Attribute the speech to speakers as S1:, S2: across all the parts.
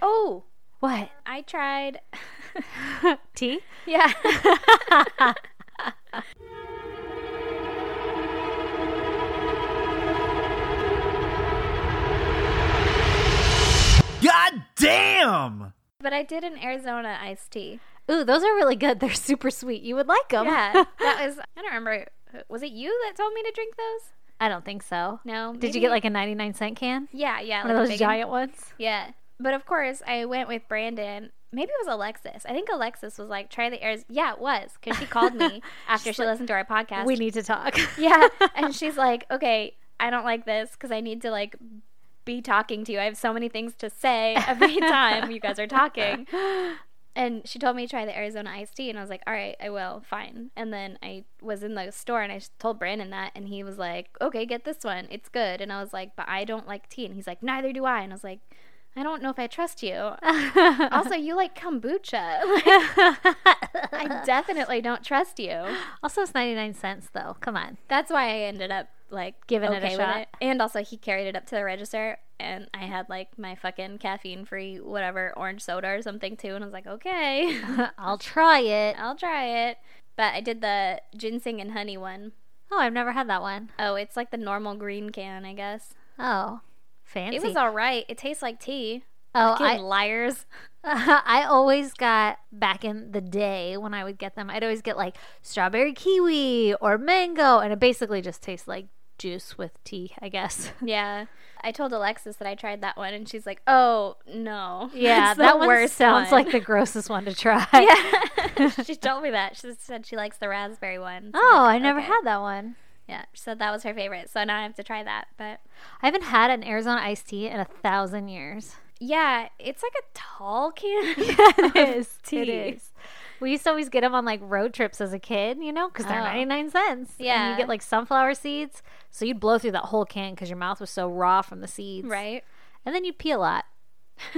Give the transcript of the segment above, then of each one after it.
S1: Oh. What?
S2: I tried.
S1: Tea?
S2: yeah.
S3: God damn!
S2: But I did an Arizona iced tea.
S1: Ooh, those are really good. They're super sweet. You would like them.
S2: Yeah. That was, I don't remember. Was it you that told me to drink those?
S1: I don't think so.
S2: No.
S1: Did
S2: maybe-
S1: you get like a 99 cent can?
S2: Yeah, yeah.
S1: One
S2: like
S1: of
S2: a
S1: those
S2: big one.
S1: giant ones?
S2: Yeah. But of course, I went with Brandon. Maybe it was Alexis. I think Alexis was like, try the airs. Yeah, it was. Because she called me after
S1: She's
S2: she
S1: like,
S2: listened to our podcast.
S1: We need to talk.
S2: yeah. And she's like, okay, I don't like this because I need to like be talking to you. I have so many things to say every time you guys are talking. And she told me to try the Arizona iced tea. And I was like, all right, I will. Fine. And then I was in the store and I told Brandon that. And he was like, okay, get this one. It's good. And I was like, but I don't like tea. And he's like, neither do I. And I was like, I don't know if I trust you. also, you like kombucha. Like, I definitely don't trust you.
S1: also, it's 99 cents though. Come on.
S2: That's why I ended up like
S1: Giving it a
S2: okay with
S1: shot.
S2: And also, he carried it up to the register, and I had like my fucking caffeine free whatever orange soda or something too, and I was like, okay,
S1: I'll try it.
S2: I'll try it. But I did the ginseng and honey one.
S1: Oh, I've never had that one.
S2: Oh, it's like the normal green can, I guess.
S1: Oh, fancy.
S2: It was all right. It tastes like tea.
S1: oh,
S2: Fucking
S1: I,
S2: liars.
S1: I always got back in the day when I would get them, I'd always get like strawberry kiwi or mango, and it basically just tastes like juice with tea, I guess.
S2: Yeah. I told Alexis that I tried that one, and she's like, oh, no.
S1: Yeah,
S2: That's the
S1: that one
S2: worst
S1: sounds
S2: one."
S1: like the grossest one to try.
S2: Yeah. she told me that. She said she likes the raspberry one. So
S1: Oh,
S2: I'm
S1: I
S2: like,
S1: never
S2: "Okay."
S1: had that one.
S2: Yeah, so that was her favorite. So now I have to try that. But
S1: I haven't had an Arizona iced tea in a thousand years.
S2: yeah, it's like a tall can.
S1: it is.
S2: tea.
S1: It is. We used to always get them on like road trips as a kid, you know, because they're
S2: Oh.
S1: 99 cents. And
S2: Yeah.
S1: you get like sunflower seeds. So you'd blow through that whole can because your mouth was so raw from the seeds.
S2: Right?
S1: And then you'd pee a lot.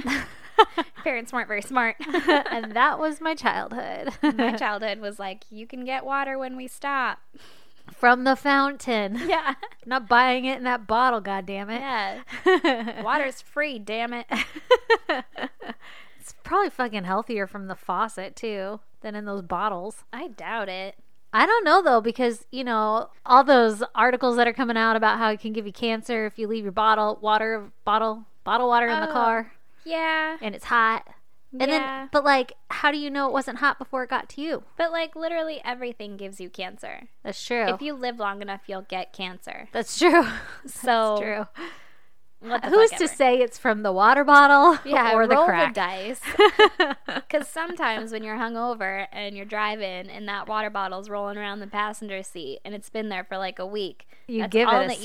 S2: Parents weren't very smart.
S1: and that was my childhood.
S2: My childhood was like, you can get water when we stop.
S1: from the fountain.
S2: Yeah.
S1: Not buying it in that bottle, God damn it.
S2: Yeah. Water's free, damn it.
S1: It's probably fucking healthier from the faucet too than in those bottles.
S2: I doubt it.
S1: I don't know though, because you know all those articles that are coming out about how it can give you cancer if you leave your bottle water bottle bottle water in the
S2: Oh,
S1: car
S2: Yeah.
S1: and it's hot. And
S2: yeah.
S1: then, but like, how do you know it wasn't hot before it got to you?
S2: but like literally everything gives you cancer.
S1: That's true.
S2: If you live long enough, you'll get cancer.
S1: That's true.
S2: So
S1: That's true.
S2: what the
S1: Who's
S2: fuck
S1: to
S2: ever.
S1: say it's from the water bottle
S2: Yeah,
S1: or the
S2: roll
S1: crack?
S2: the dice. Because sometimes when you're hungover and you're driving and that water bottle's rolling around the passenger seat and it's been there for like a week,
S1: You
S2: that's
S1: give
S2: all
S1: it a
S2: that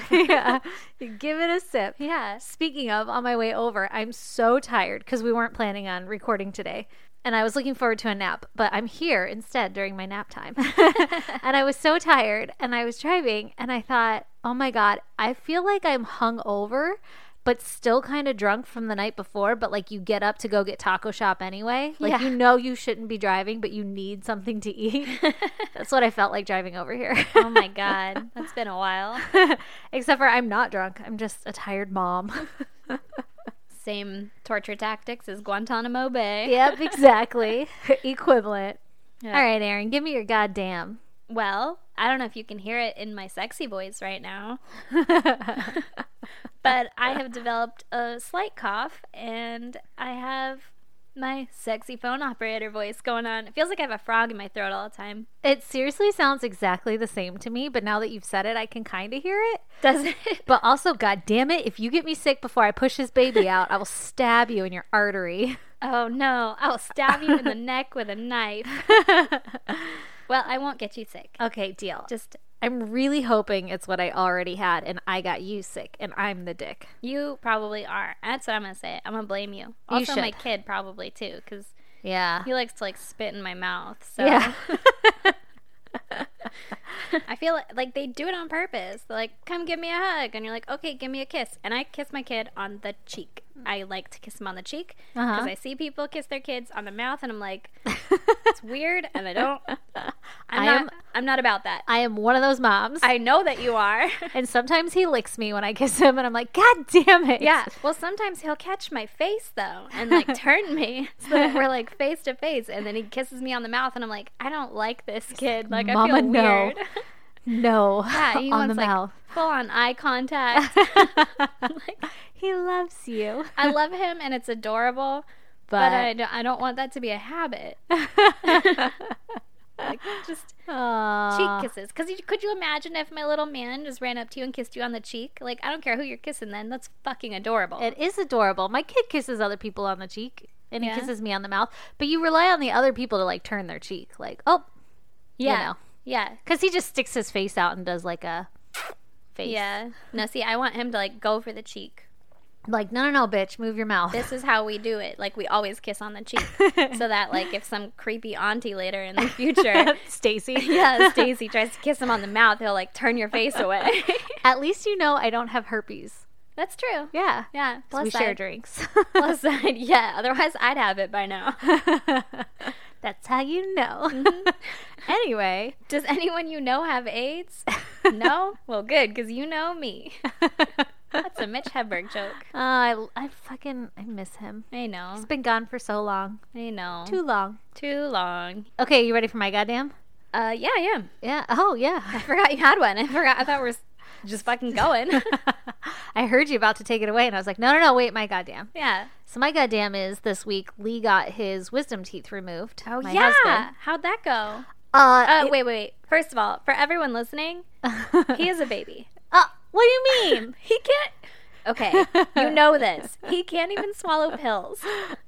S1: sip.
S2: you have.
S1: yeah, you give it a sip.
S2: Yeah.
S1: Speaking of, on my way over, I'm so tired because we weren't planning on recording today. And I was looking forward to a nap, but I'm here instead during my nap time. and I was so tired and I was driving and I thought, oh my God, I feel like I'm hung over, but still kind of drunk from the night before. But like you get up to go get taco shop anyway. Like
S2: Yeah.
S1: you know you shouldn't be driving, but you need something to eat. That's what I felt like driving over here.
S2: Oh my God. That's been a while.
S1: Except for I'm not drunk. I'm just a tired mom.
S2: Same torture tactics as Guantanamo Bay.
S1: yep, exactly. Equivalent.
S2: Yeah.
S1: All right, Aaron, give me your goddamn.
S2: Well, I don't know if you can hear it in my sexy voice right now, but I have developed a slight cough and I have my sexy phone operator voice going on. It feels like I have a frog in my throat all the time.
S1: It seriously sounds exactly the same to me, but now that you've said it, I can kind of hear it.
S2: Does it?
S1: But also, goddamn it, if you get me sick before I push this baby out, I will stab you in your artery.
S2: Oh no, I'll stab you in the neck with a knife. well, I won't get you sick.
S1: Okay, deal. Just
S2: Just
S1: I'm really hoping it's what I already had and I got you sick and I'm the dick.
S2: you probably are. That's what I'm gonna say. I'm gonna blame you.
S1: You
S2: Also, my
S1: should.
S2: kid probably too, because
S1: Yeah.
S2: he likes to like spit in my mouth. So
S1: Yeah.
S2: I feel like, like they do it on purpose. They're like, "Come give me a hug," and you're like, "Okay, give me a kiss." And I kiss my kid on the cheek. I like to kiss him on the cheek because
S1: Mm. Uh-huh.
S2: I see people kiss their kids on the mouth, and I'm like, it's weird, and I don't. I'm
S1: I
S2: not,
S1: am-
S2: I'm not about that.
S1: I am one of those moms.
S2: I know that you are.
S1: and sometimes he licks me when I kiss him, and I'm like, God damn it.
S2: yeah. Well, sometimes he'll catch my face though and like turn me so that we're like face to face, and then he kisses me on the mouth, and I'm like, I don't like this kid. Like I
S1: Mama,
S2: feel
S1: no.
S2: weird.
S1: No.
S2: Yeah, he
S1: on
S2: wants
S1: the
S2: like
S1: mouth.
S2: full on eye contact. Like,
S1: he loves you.
S2: I love him, and it's adorable. But, I, don't, I don't want that to be a habit. Like, just cheek
S1: Aw.
S2: kisses. Because could you imagine if my little man just ran up to you and kissed you on the cheek? Like, I don't care who you're kissing then. That's fucking adorable.
S1: It is adorable. My kid kisses other people on the cheek and
S2: Yeah.
S1: he kisses me on the mouth, but you rely on the other people to like turn their cheek. Like, oh,
S2: yeah.
S1: know.
S2: Yeah.
S1: because he just sticks his face out and does like a face.
S2: Yeah. No, see, I want him to, like, go for the cheek.
S1: Like, no, no, no, bitch, move your mouth.
S2: This is how we do it. Like, we always kiss on the cheek. so that, like, if some creepy auntie later in the future.
S1: Stacy.
S2: Yeah, Stacy tries to kiss him on the mouth. He'll like turn your face away.
S1: At least you know I don't have herpes.
S2: That's true.
S1: Yeah.
S2: Yeah. Plus
S1: we
S2: side.
S1: share drinks.
S2: Plus side. Yeah. Otherwise, I'd have it by now.
S1: That's how you know. Mm-hmm. anyway,
S2: Does anyone you know have AIDS? no? Well, good, because you know me. That's a Mitch Hedberg joke.
S1: Uh, I, I fucking I miss him.
S2: I know.
S1: He's been gone for so long,
S2: I know.
S1: too long.
S2: too long.
S1: Mm. Okay, you ready for my goddamn?
S2: Uh, yeah, I am.
S1: Yeah. Oh yeah.
S2: I forgot you had one. I forgot. I thought we are just fucking going.
S1: I heard you about to take it away, and I was like, no, no, no, wait, my goddamn.
S2: yeah.
S1: So my goddamn is this week Lee got his wisdom teeth removed. Oh my
S2: yeah.
S1: Husband.
S2: How'd that go?
S1: Uh,
S2: Uh, wait, wait, wait. First of all, for everyone listening, he is a baby.
S1: uh, what do you mean?
S2: He can't. Okay, you know this. He can't even swallow pills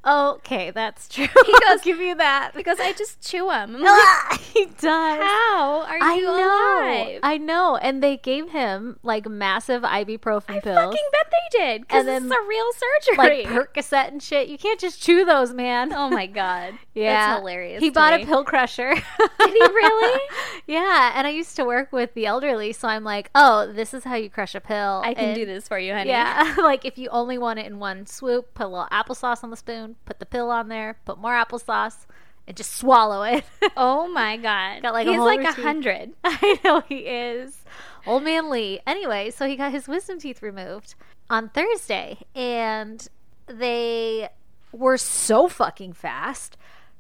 S1: okay, that's true.
S2: He
S1: I'll
S2: goes-
S1: give you that.
S2: because I just chew them.
S1: Ah, he does.
S2: How are
S1: I
S2: you
S1: know.
S2: alive?
S1: I know. And they gave him like massive ibuprofen
S2: I
S1: pills.
S2: fucking bet they did because
S1: And
S2: this is
S1: then,
S2: a real surgery.
S1: like Percocet and shit. You can't just chew those, man.
S2: oh my god,
S1: yeah,
S2: that's hilarious.
S1: He
S2: to
S1: bought
S2: me.
S1: a pill crusher.
S2: Did he really?
S1: yeah, and I used to work with the elderly, so I'm like, oh, this is how you crush a pill.
S2: I can
S1: And-
S2: do this for you, honey.
S1: Yeah, like if you only want it in one swoop, put a little applesauce on the spoon, put the pill on there, put more applesauce, and just swallow it.
S2: Oh my god,
S1: Got, like, a
S2: he's
S1: whole
S2: like a
S1: routine.
S2: hundred.
S1: I know he is. Old man Lee. Anyway, so he got his wisdom teeth removed on Thursday, and they were so fucking fast.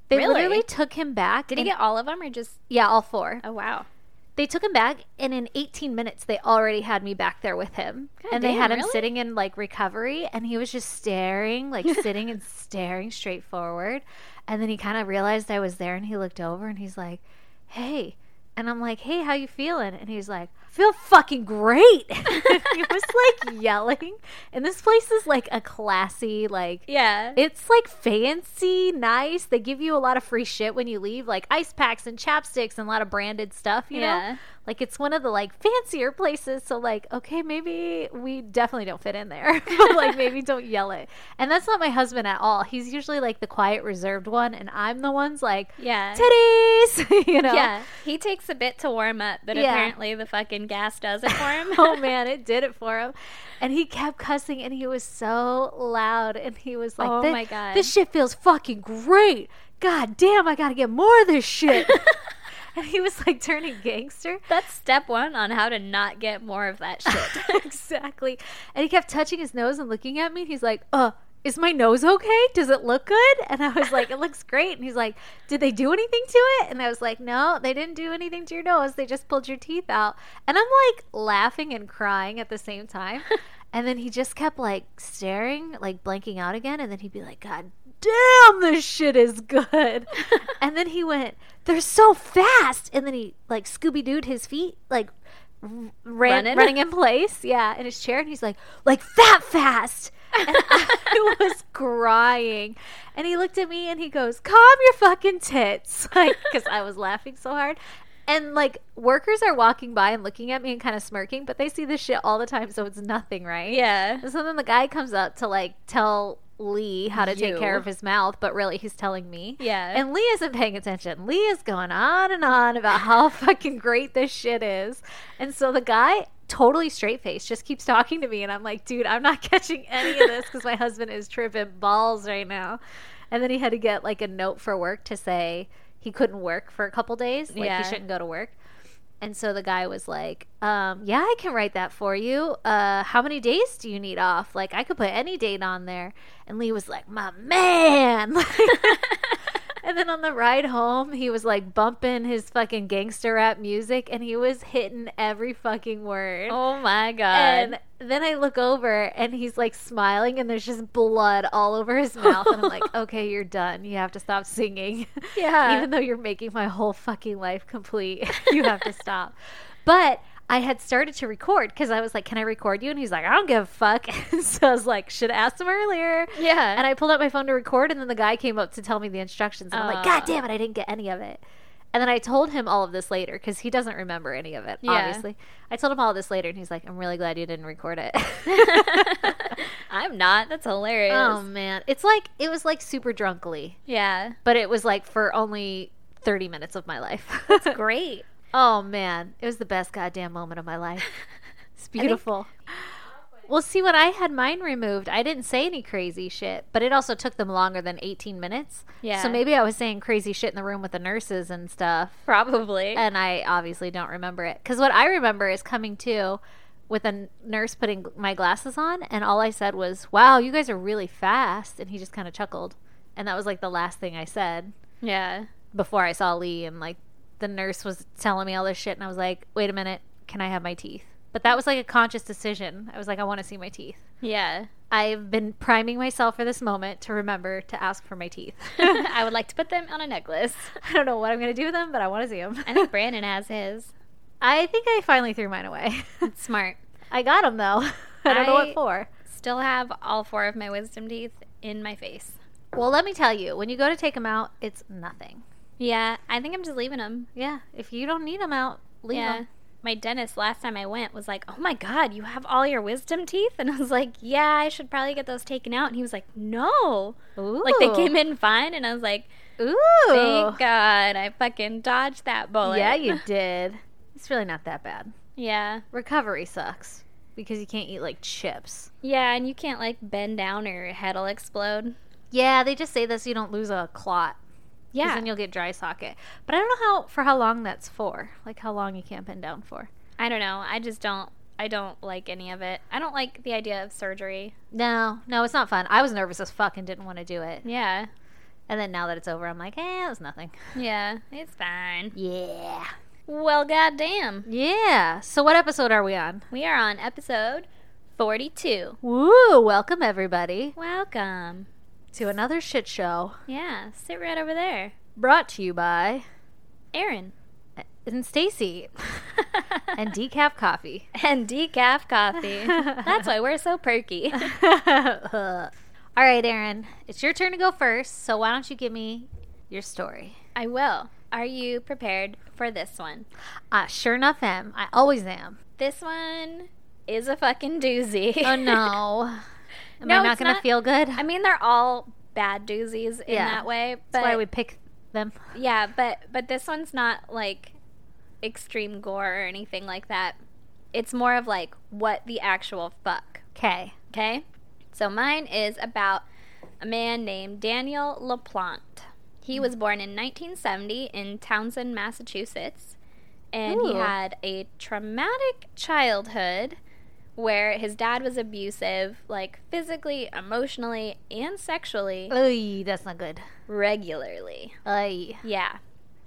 S1: They
S2: Really?
S1: literally took him back.
S2: Did he
S1: in-
S2: get all of them or just?
S1: Yeah, all four.
S2: Oh wow,
S1: They took him back, and in 18 minutes, they already had me back there with him.
S2: God
S1: and they
S2: damn,
S1: had him
S2: really?
S1: sitting in like recovery, and he was just staring, like sitting and staring straight forward. And then he kind of realized I was there, and he looked over, and he's like, "Hey." And I'm like, hey, how you feeling? And he's like, I feel fucking great. he was like yelling. And this place is like a classy, like,
S2: yeah.
S1: it's like fancy, nice. They give you a lot of free shit when you leave, like ice packs and chapsticks and a lot of branded stuff, you
S2: Yeah.
S1: know? Like it's one of the like fancier places. So like, okay, maybe we definitely don't fit in there. but like maybe don't yell it. And that's not my husband at all. He's usually like the quiet, reserved one, and I'm the one's like
S2: yeah.
S1: titties you know.
S2: Yeah, he takes a bit to warm up, but
S1: Yeah.
S2: apparently the fucking gas does it for him.
S1: oh man, it did it for him. And he kept cussing and he was so loud and he was like,
S2: Oh
S1: "Thi-
S2: my God.
S1: This shit feels fucking great. God damn, I gotta get more of this shit. and he was like turning gangster.
S2: That's step one on how to not get more of that shit.
S1: exactly. And he kept touching his nose and looking at me. And he's like, uh, is my nose okay? Does it look good? And I was like, it looks great. And he's like, did they do anything to it? And I was like, no, they didn't do anything to your nose. They just pulled your teeth out. And I'm like laughing and crying at the same time. And then he just kept like staring, like blanking out again. And then he'd be like, God damn, this shit is good. and then he went, they're so fast. And then he like Scooby Dooed his feet, like r- ran,
S2: Running?
S1: running. in place. Yeah, in his chair. And he's like, like that fast. And I was crying. And he looked at me and he goes, calm your fucking tits. Like, because I was laughing so hard. And like workers are walking by and looking at me and kind of smirking, but they see this shit all the time, so it's nothing, right?
S2: yeah.
S1: And so then the guy comes up to like tell Lee how to
S2: You.
S1: take care of his mouth, but really he's telling me.
S2: Yeah.
S1: And Lee isn't paying attention. Lee is going on and on about how fucking great this shit is. And so the guy, totally straight faced, just keeps talking to me. And I'm like, dude, I'm not catching any of this because my husband is tripping balls right now. And then he had to get like a note for work to say he couldn't work for a couple days. Like
S2: Yeah.
S1: he shouldn't go to work. And so the guy was like, um, Yeah, I can write that for you. Uh, how many days do you need off? Like, I could put any date on there. And Lee was like, My man. and then on the ride home, he was like bumping his fucking gangster rap music and he was hitting every fucking word.
S2: Oh my god.
S1: And then I look over and he's like smiling and there's just blood all over his mouth. And I'm like, okay, you're done. You have to stop singing.
S2: Yeah.
S1: Even though you're making my whole fucking life complete, you have to stop. But I had started to record because I was like, can I record you? And he's like, I don't give a fuck. so I was like, should have asked him earlier.
S2: yeah.
S1: And I pulled out my phone to record, and then the guy came up to tell me the instructions. And I'm like, God
S2: Oh.
S1: damn it, I didn't get any of it. And then I told him all of this later because he doesn't remember any of it,
S2: Yeah.
S1: obviously. I told him all this later, and he's like, I'm really glad you didn't record it.
S2: I'm not. That's hilarious.
S1: oh, man. It's like, it was like super drunkly,
S2: yeah.
S1: but it was like for only 30 minutes of my life.
S2: Great.
S1: oh, man. It was the best goddamn moment of my life. It's
S2: think-
S1: beautiful. Well, see, when I had mine removed, I didn't say any crazy shit, but it also took them longer than 18 minutes.
S2: Yeah.
S1: So maybe I was saying crazy shit in the room with the nurses and stuff,
S2: Probably.
S1: and I obviously don't remember it. Because what I remember is coming to with a n- nurse putting my glasses on, and all I said was, Wow, you guys are really fast. And he just kind of chuckled. And that was like the last thing I said
S2: yeah.
S1: before I saw Lee and like the nurse was telling me all this shit and I was like, "Wait a minute, can I have my teeth?" But that was like a conscious decision. I was like, "I want to see my teeth."
S2: Yeah.
S1: I've been priming myself for this moment to remember to ask for my teeth.
S2: I would like to put them on a necklace.
S1: I don't know what I'm going to do with them, but I want to see them.
S2: I think Brandon has his.
S1: I think I finally threw mine away.
S2: Smart.
S1: I got them though. I don't know
S2: I-
S1: what for.
S2: Still have all four of my wisdom teeth in my face.
S1: Well, let me tell you, when you go to take them out, it's nothing.
S2: Yeah, I think I'm just leaving them.
S1: Yeah, if you don't need them out, leave
S2: yeah.
S1: 'em.
S2: My dentist last time I went was like, "Oh my god, you have all your wisdom teeth," and I was like, "Yeah, I should probably get those taken out." And he was like, "No,
S1: Ooh.
S2: like they came in fine," and I was like,
S1: Ooh.
S2: "Thank God, I fucking dodged that bullet."
S1: yeah, you did. It's really not that bad.
S2: yeah,
S1: recovery sucks because you can't eat like chips.
S2: yeah, and you can't like bend down or your head'll explode.
S1: Yeah, they just say this so you don't lose a clot. Yeah.
S2: Yeah,
S1: Then you'll get dry socket. But I don't know how for how long that's for. Like how long you can't bend down for.
S2: I don't know. I just don't. I don't like any of it. I don't like the idea of surgery.
S1: No, no, it's not fun. I was nervous as fuck and didn't want to do it.
S2: Yeah,
S1: And then now that it's over, I'm like, eh, it was nothing.
S2: yeah, it's fine.
S1: Yeah.
S2: Well, goddamn.
S1: Yeah. So what episode are we on?
S2: We are on episode 42.
S1: Woo! Welcome everybody
S2: Welcome.
S1: to another shit show
S2: Yeah, sit right over there.
S1: brought to you by
S2: Aaron.
S1: and Stacy and decaf coffee.
S2: and decaf coffee. That's why we're so perky.
S1: All right, Erin, it's your turn to go first. So why don't you give me your story?
S2: I will. Are you prepared for this one?
S1: I Uh, sure enough am. I always am.
S2: This one is a fucking doozy.
S1: Oh no, am
S2: No,
S1: I not
S2: it's
S1: gonna
S2: not-
S1: feel good?
S2: I mean, they're all bad doozies in
S1: Yeah.
S2: that way, but
S1: That's why we pick them.
S2: yeah, but but this one's not like extreme gore or anything like that. It's more of like what the actual fuck
S1: Okay.
S2: Okay. So mine is about a man named Daniel LaPlante. He was born in 1970 in Townsend, Massachusetts, and he
S1: Ooh.
S2: had a traumatic childhood where his dad was abusive, like physically, emotionally, and sexually
S1: Oy, that's not good.
S2: regularly.
S1: Oy.
S2: Yeah.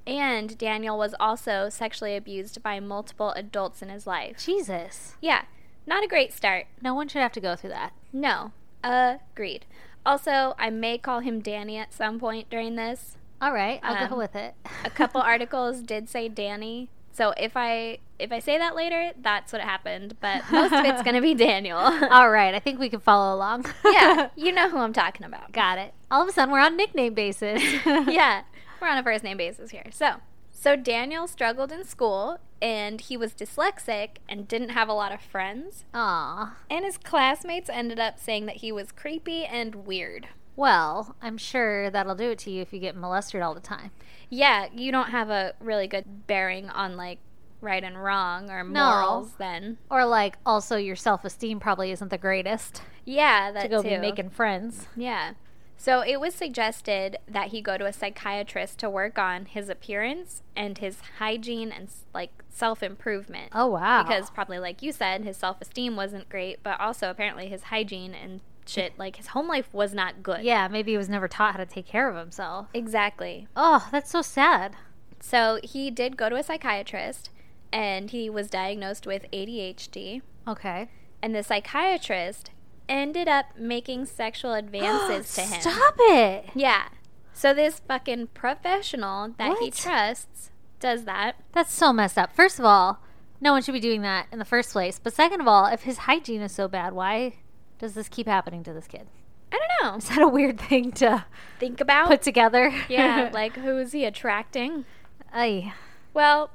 S2: And Daniel was also sexually abused by multiple adults in his life.
S1: Jesus.
S2: Yeah, not a great start.
S1: No one should have to go through that.
S2: No. Agreed. Also, I may call him Danny at some point during this.
S1: All right, I'll go
S2: Um,
S1: with it.
S2: A couple articles did say Danny. So if I if I say that later, that's what happened, but most of it's going to be Daniel.
S1: All right, I think we can follow along.
S2: yeah, you know who I'm talking about.
S1: Got it. All of a sudden, we're on nickname basis.
S2: yeah, we're on a first name basis here. So, so Daniel struggled in school and he was dyslexic and didn't have a lot of friends,
S1: Aw.
S2: and his classmates ended up saying that he was creepy and weird.
S1: Well, I'm sure that'll do it to you if you get molested all the time.
S2: Yeah, you don't have a really good bearing on like right and wrong or
S1: No.
S2: morals then.
S1: Or like, also your self esteem probably isn't the greatest
S2: Yeah, that
S1: to go
S2: too.
S1: be making friends.
S2: yeah. So it was suggested that he go to a psychiatrist to work on his appearance and his hygiene and like self improvement.
S1: Oh wow.
S2: Because probably like you said, his self esteem wasn't great, but also apparently his hygiene and shit, like his home life was not good.
S1: yeah, maybe he was never taught how to take care of himself.
S2: Exactly.
S1: Oh, that's so sad.
S2: So he did go to a psychiatrist and he was diagnosed with ADHD.
S1: Okay.
S2: And the psychiatrist ended up making sexual advances to him.
S1: Stop it.
S2: Yeah. So this fucking professional that he
S1: What?
S2: trusts does that.
S1: That's so messed up. First of all, no one should be doing that in the first place. But second of all, if his hygiene is so bad, why does this keep happening to this kid?
S2: I don't know.
S1: Is that a weird thing to
S2: Think about.
S1: put together?
S2: Oh. yeah, like who is he attracting?
S1: Ay.
S2: Well,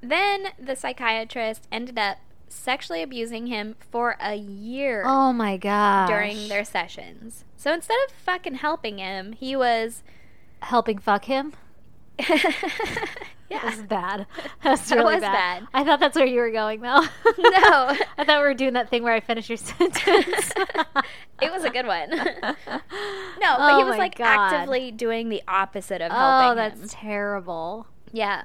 S2: then the psychiatrist ended up sexually abusing him for a year
S1: Oh my god.
S2: during their sessions. So instead of fucking helping him, he was
S1: helping fuck him.
S2: yeah.
S1: This is bad. That's
S2: That
S1: really
S2: was
S1: bad.
S2: bad.
S1: I thought that's where you were going though.
S2: No.
S1: I thought we were doing that thing where I finish your sentence.
S2: It was a good one. no, but
S1: Oh
S2: he was
S1: my
S2: like
S1: God.
S2: actively doing the opposite of helping
S1: Oh, that's
S2: him.
S1: terrible.
S2: Yeah.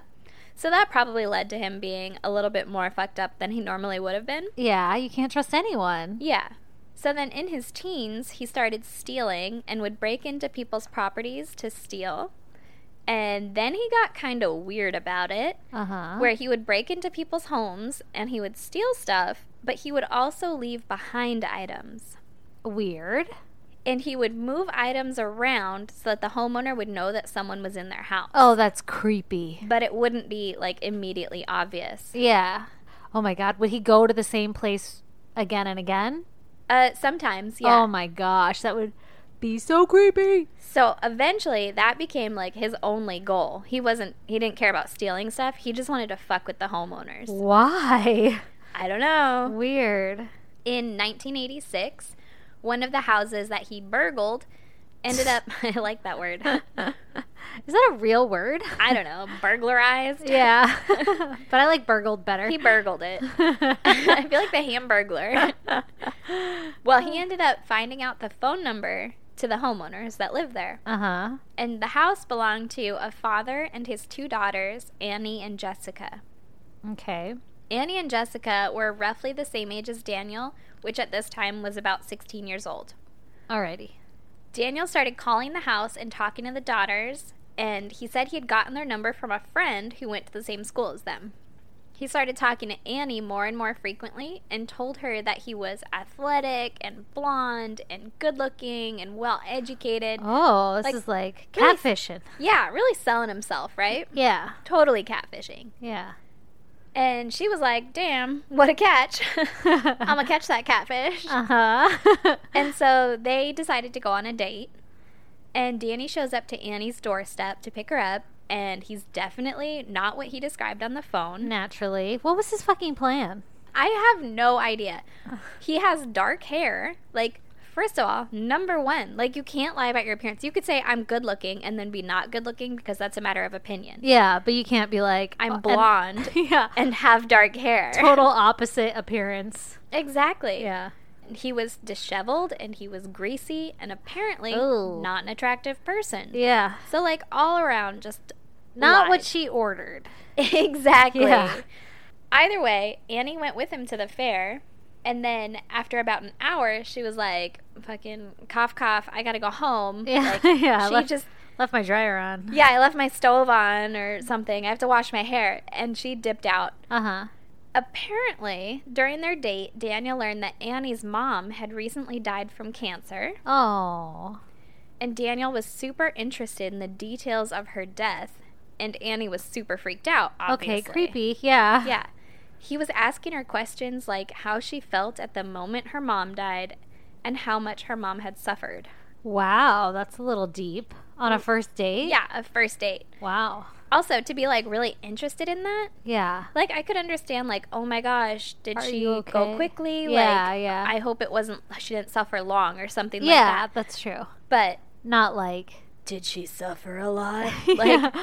S2: So that probably led to him being a little bit more fucked up than he normally would have been.
S1: Yeah, you can't trust anyone.
S2: Yeah. So then in his teens, he started stealing and would break into people's properties to steal. And then he got kind of weird about it,
S1: Uh huh.
S2: where he would break into people's homes and he would steal stuff, but he would also leave behind items.
S1: Weird.
S2: And he would move items around so that the homeowner would know that someone was in their house.
S1: Oh, that's creepy.
S2: But it wouldn't be like immediately obvious.
S1: Yeah. Oh my god, would he go to the same place again and again?
S2: Uh, sometimes, yeah.
S1: Oh my gosh, that would be so creepy.
S2: So eventually, that became like his only goal. He wasn't. He didn't care about stealing stuff. He just wanted to fuck with the homeowners.
S1: Why?
S2: I don't know.
S1: Weird.
S2: In 1986, one of the houses that he burgled ended up. I like that word.
S1: Is that a real word?
S2: I don't know. Burglarized.
S1: yeah. but I like burgled better.
S2: He burgled it. I feel like the hamburglar. well, he ended up finding out the phone number to the homeowners that lived there.
S1: Uh huh.
S2: and the house belonged to a father and his two daughters, Annie and Jessica.
S1: Okay.
S2: Annie and Jessica were roughly the same age as Daniel, which at this time was about 16 years old.
S1: Alrighty.
S2: Daniel started calling the house and talking to the daughters, and he said he had gotten their number from a friend who went to the same school as them. He started talking to Annie more and more frequently and told her that he was athletic and blonde and good looking and well educated.
S1: Oh, this
S2: Like,
S1: is like
S2: really-
S1: catfishing.
S2: Yeah, really selling himself, right?
S1: Yeah.
S2: Totally catfishing.
S1: Yeah.
S2: And she was like, damn, what a catch. I'm going to catch that catfish.
S1: Uh huh.
S2: And so they decided to go on a date. And Danny shows up to Annie's doorstep to pick her up. And he's definitely not what he described on the phone.
S1: Naturally. What was his fucking plan?
S2: I have no idea. He has dark hair. Like, first of all, number one, like, you can't lie about your appearance. You could say, I'm good looking, and then be not good looking because that's a matter of opinion.
S1: Yeah, but you can't be like,
S2: I'm
S1: and-
S2: blonde
S1: yeah.
S2: and have dark hair.
S1: Total opposite appearance.
S2: Exactly.
S1: Yeah.
S2: He was disheveled and he was greasy and apparently
S1: Ooh.
S2: not an attractive person.
S1: Yeah.
S2: So, like, all around, just
S1: Not what
S2: lies.
S1: she ordered.
S2: exactly.
S1: Yeah.
S2: Either way, Annie went with him to the fair. And then after about an hour, she was like, fucking cough, cough, I gotta go home.
S1: Yeah.
S2: Like,
S1: yeah.
S2: she
S1: left,
S2: just,
S1: left my dryer on.
S2: yeah, I left my stove on or something. I have to wash my hair. And she dipped out.
S1: Uh huh.
S2: Apparently, during their date, Daniel learned that Annie's mom had recently died from cancer.
S1: Oh.
S2: and Daniel was super interested in the details of her death, and Annie was super freaked out. Obviously.
S1: Okay, creepy. Yeah.
S2: Yeah. He was asking her questions like how she felt at the moment her mom died and how much her mom had suffered.
S1: Wow, that's a little deep on a first date.
S2: Mm. Yeah, a first date.
S1: Wow.
S2: Also, to be like really interested in that,
S1: Yeah.
S2: like I could understand, like, oh my gosh, did
S1: Are
S2: she
S1: you
S2: go
S1: okay?
S2: quickly?
S1: Yeah,
S2: like,
S1: yeah.
S2: I hope it wasn't, she didn't suffer long or something
S1: yeah,
S2: like that.
S1: that's true.
S2: But
S1: Not like.
S2: did she suffer a lot?
S1: Yeah.
S2: Like,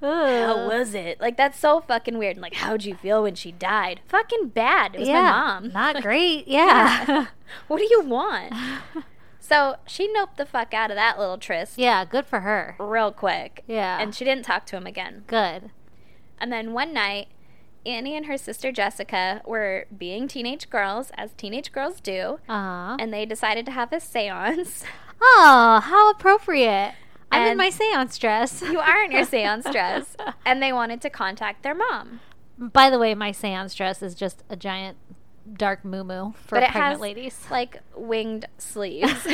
S2: how
S1: Ugh.
S2: was it? Like that's so fucking weird. And like, how'd you feel when she died? Fucking bad. It was
S1: yeah.
S2: my mom.
S1: Not great. Yeah.
S2: what do you want? So she noped the fuck out of that little tryst
S1: Yeah, good for her.
S2: real quick.
S1: Yeah.
S2: And she didn't talk to him again.
S1: Good.
S2: And then one night, Annie and her sister Jessica were being teenage girls, as teenage girls do,
S1: Aw.
S2: and they decided to have a seance.
S1: Oh, how appropriate. I'm in
S2: And-
S1: my seance dress.
S2: You are in your seance dress. And they wanted to contact their mom.
S1: By the way, my seance dress is just a giant dark moo moo for
S2: But it
S1: pregnant
S2: has-
S1: ladies.
S2: Like winged sleeves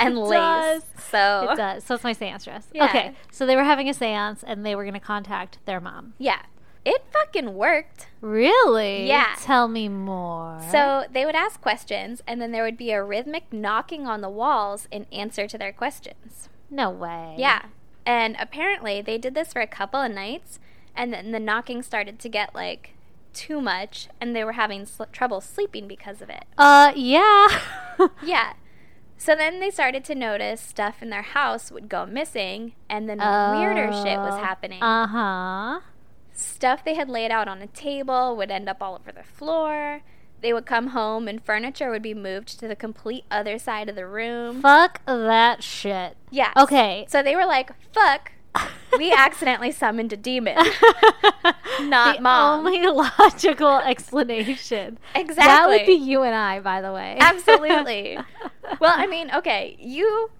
S2: and
S1: It
S2: lace.
S1: does.
S2: So
S1: It does. So it's my seance dress.
S2: Yeah.
S1: Okay. So they were having a seance and they were going to contact their mom.
S2: yeah. It fucking worked.
S1: Really?
S2: Yeah.
S1: Tell me more.
S2: So they would ask questions and then there would be a rhythmic knocking on the walls in answer to their questions.
S1: no way.
S2: Yeah. And apparently they did this for a couple of nights and then the knocking started to get like too much and they were having sl- trouble sleeping because of it.
S1: Uh, yeah.
S2: Yeah. So then they started to notice stuff in their house would go missing and then
S1: Uh,
S2: weirder shit was
S1: Oh.
S2: happening.
S1: Uh huh.
S2: stuff they had laid out on a table would end up all over the floor. They would come home and furniture would be moved to the complete other side of the room.
S1: Fuck that shit.
S2: Yeah.
S1: Okay.
S2: So they were like, fuck, we accidentally summoned a demon. Not
S1: the
S2: mom.
S1: Only logical explanation. That
S2: Exactly.
S1: would be you and I, by the way.
S2: Absolutely. well, I mean, okay, you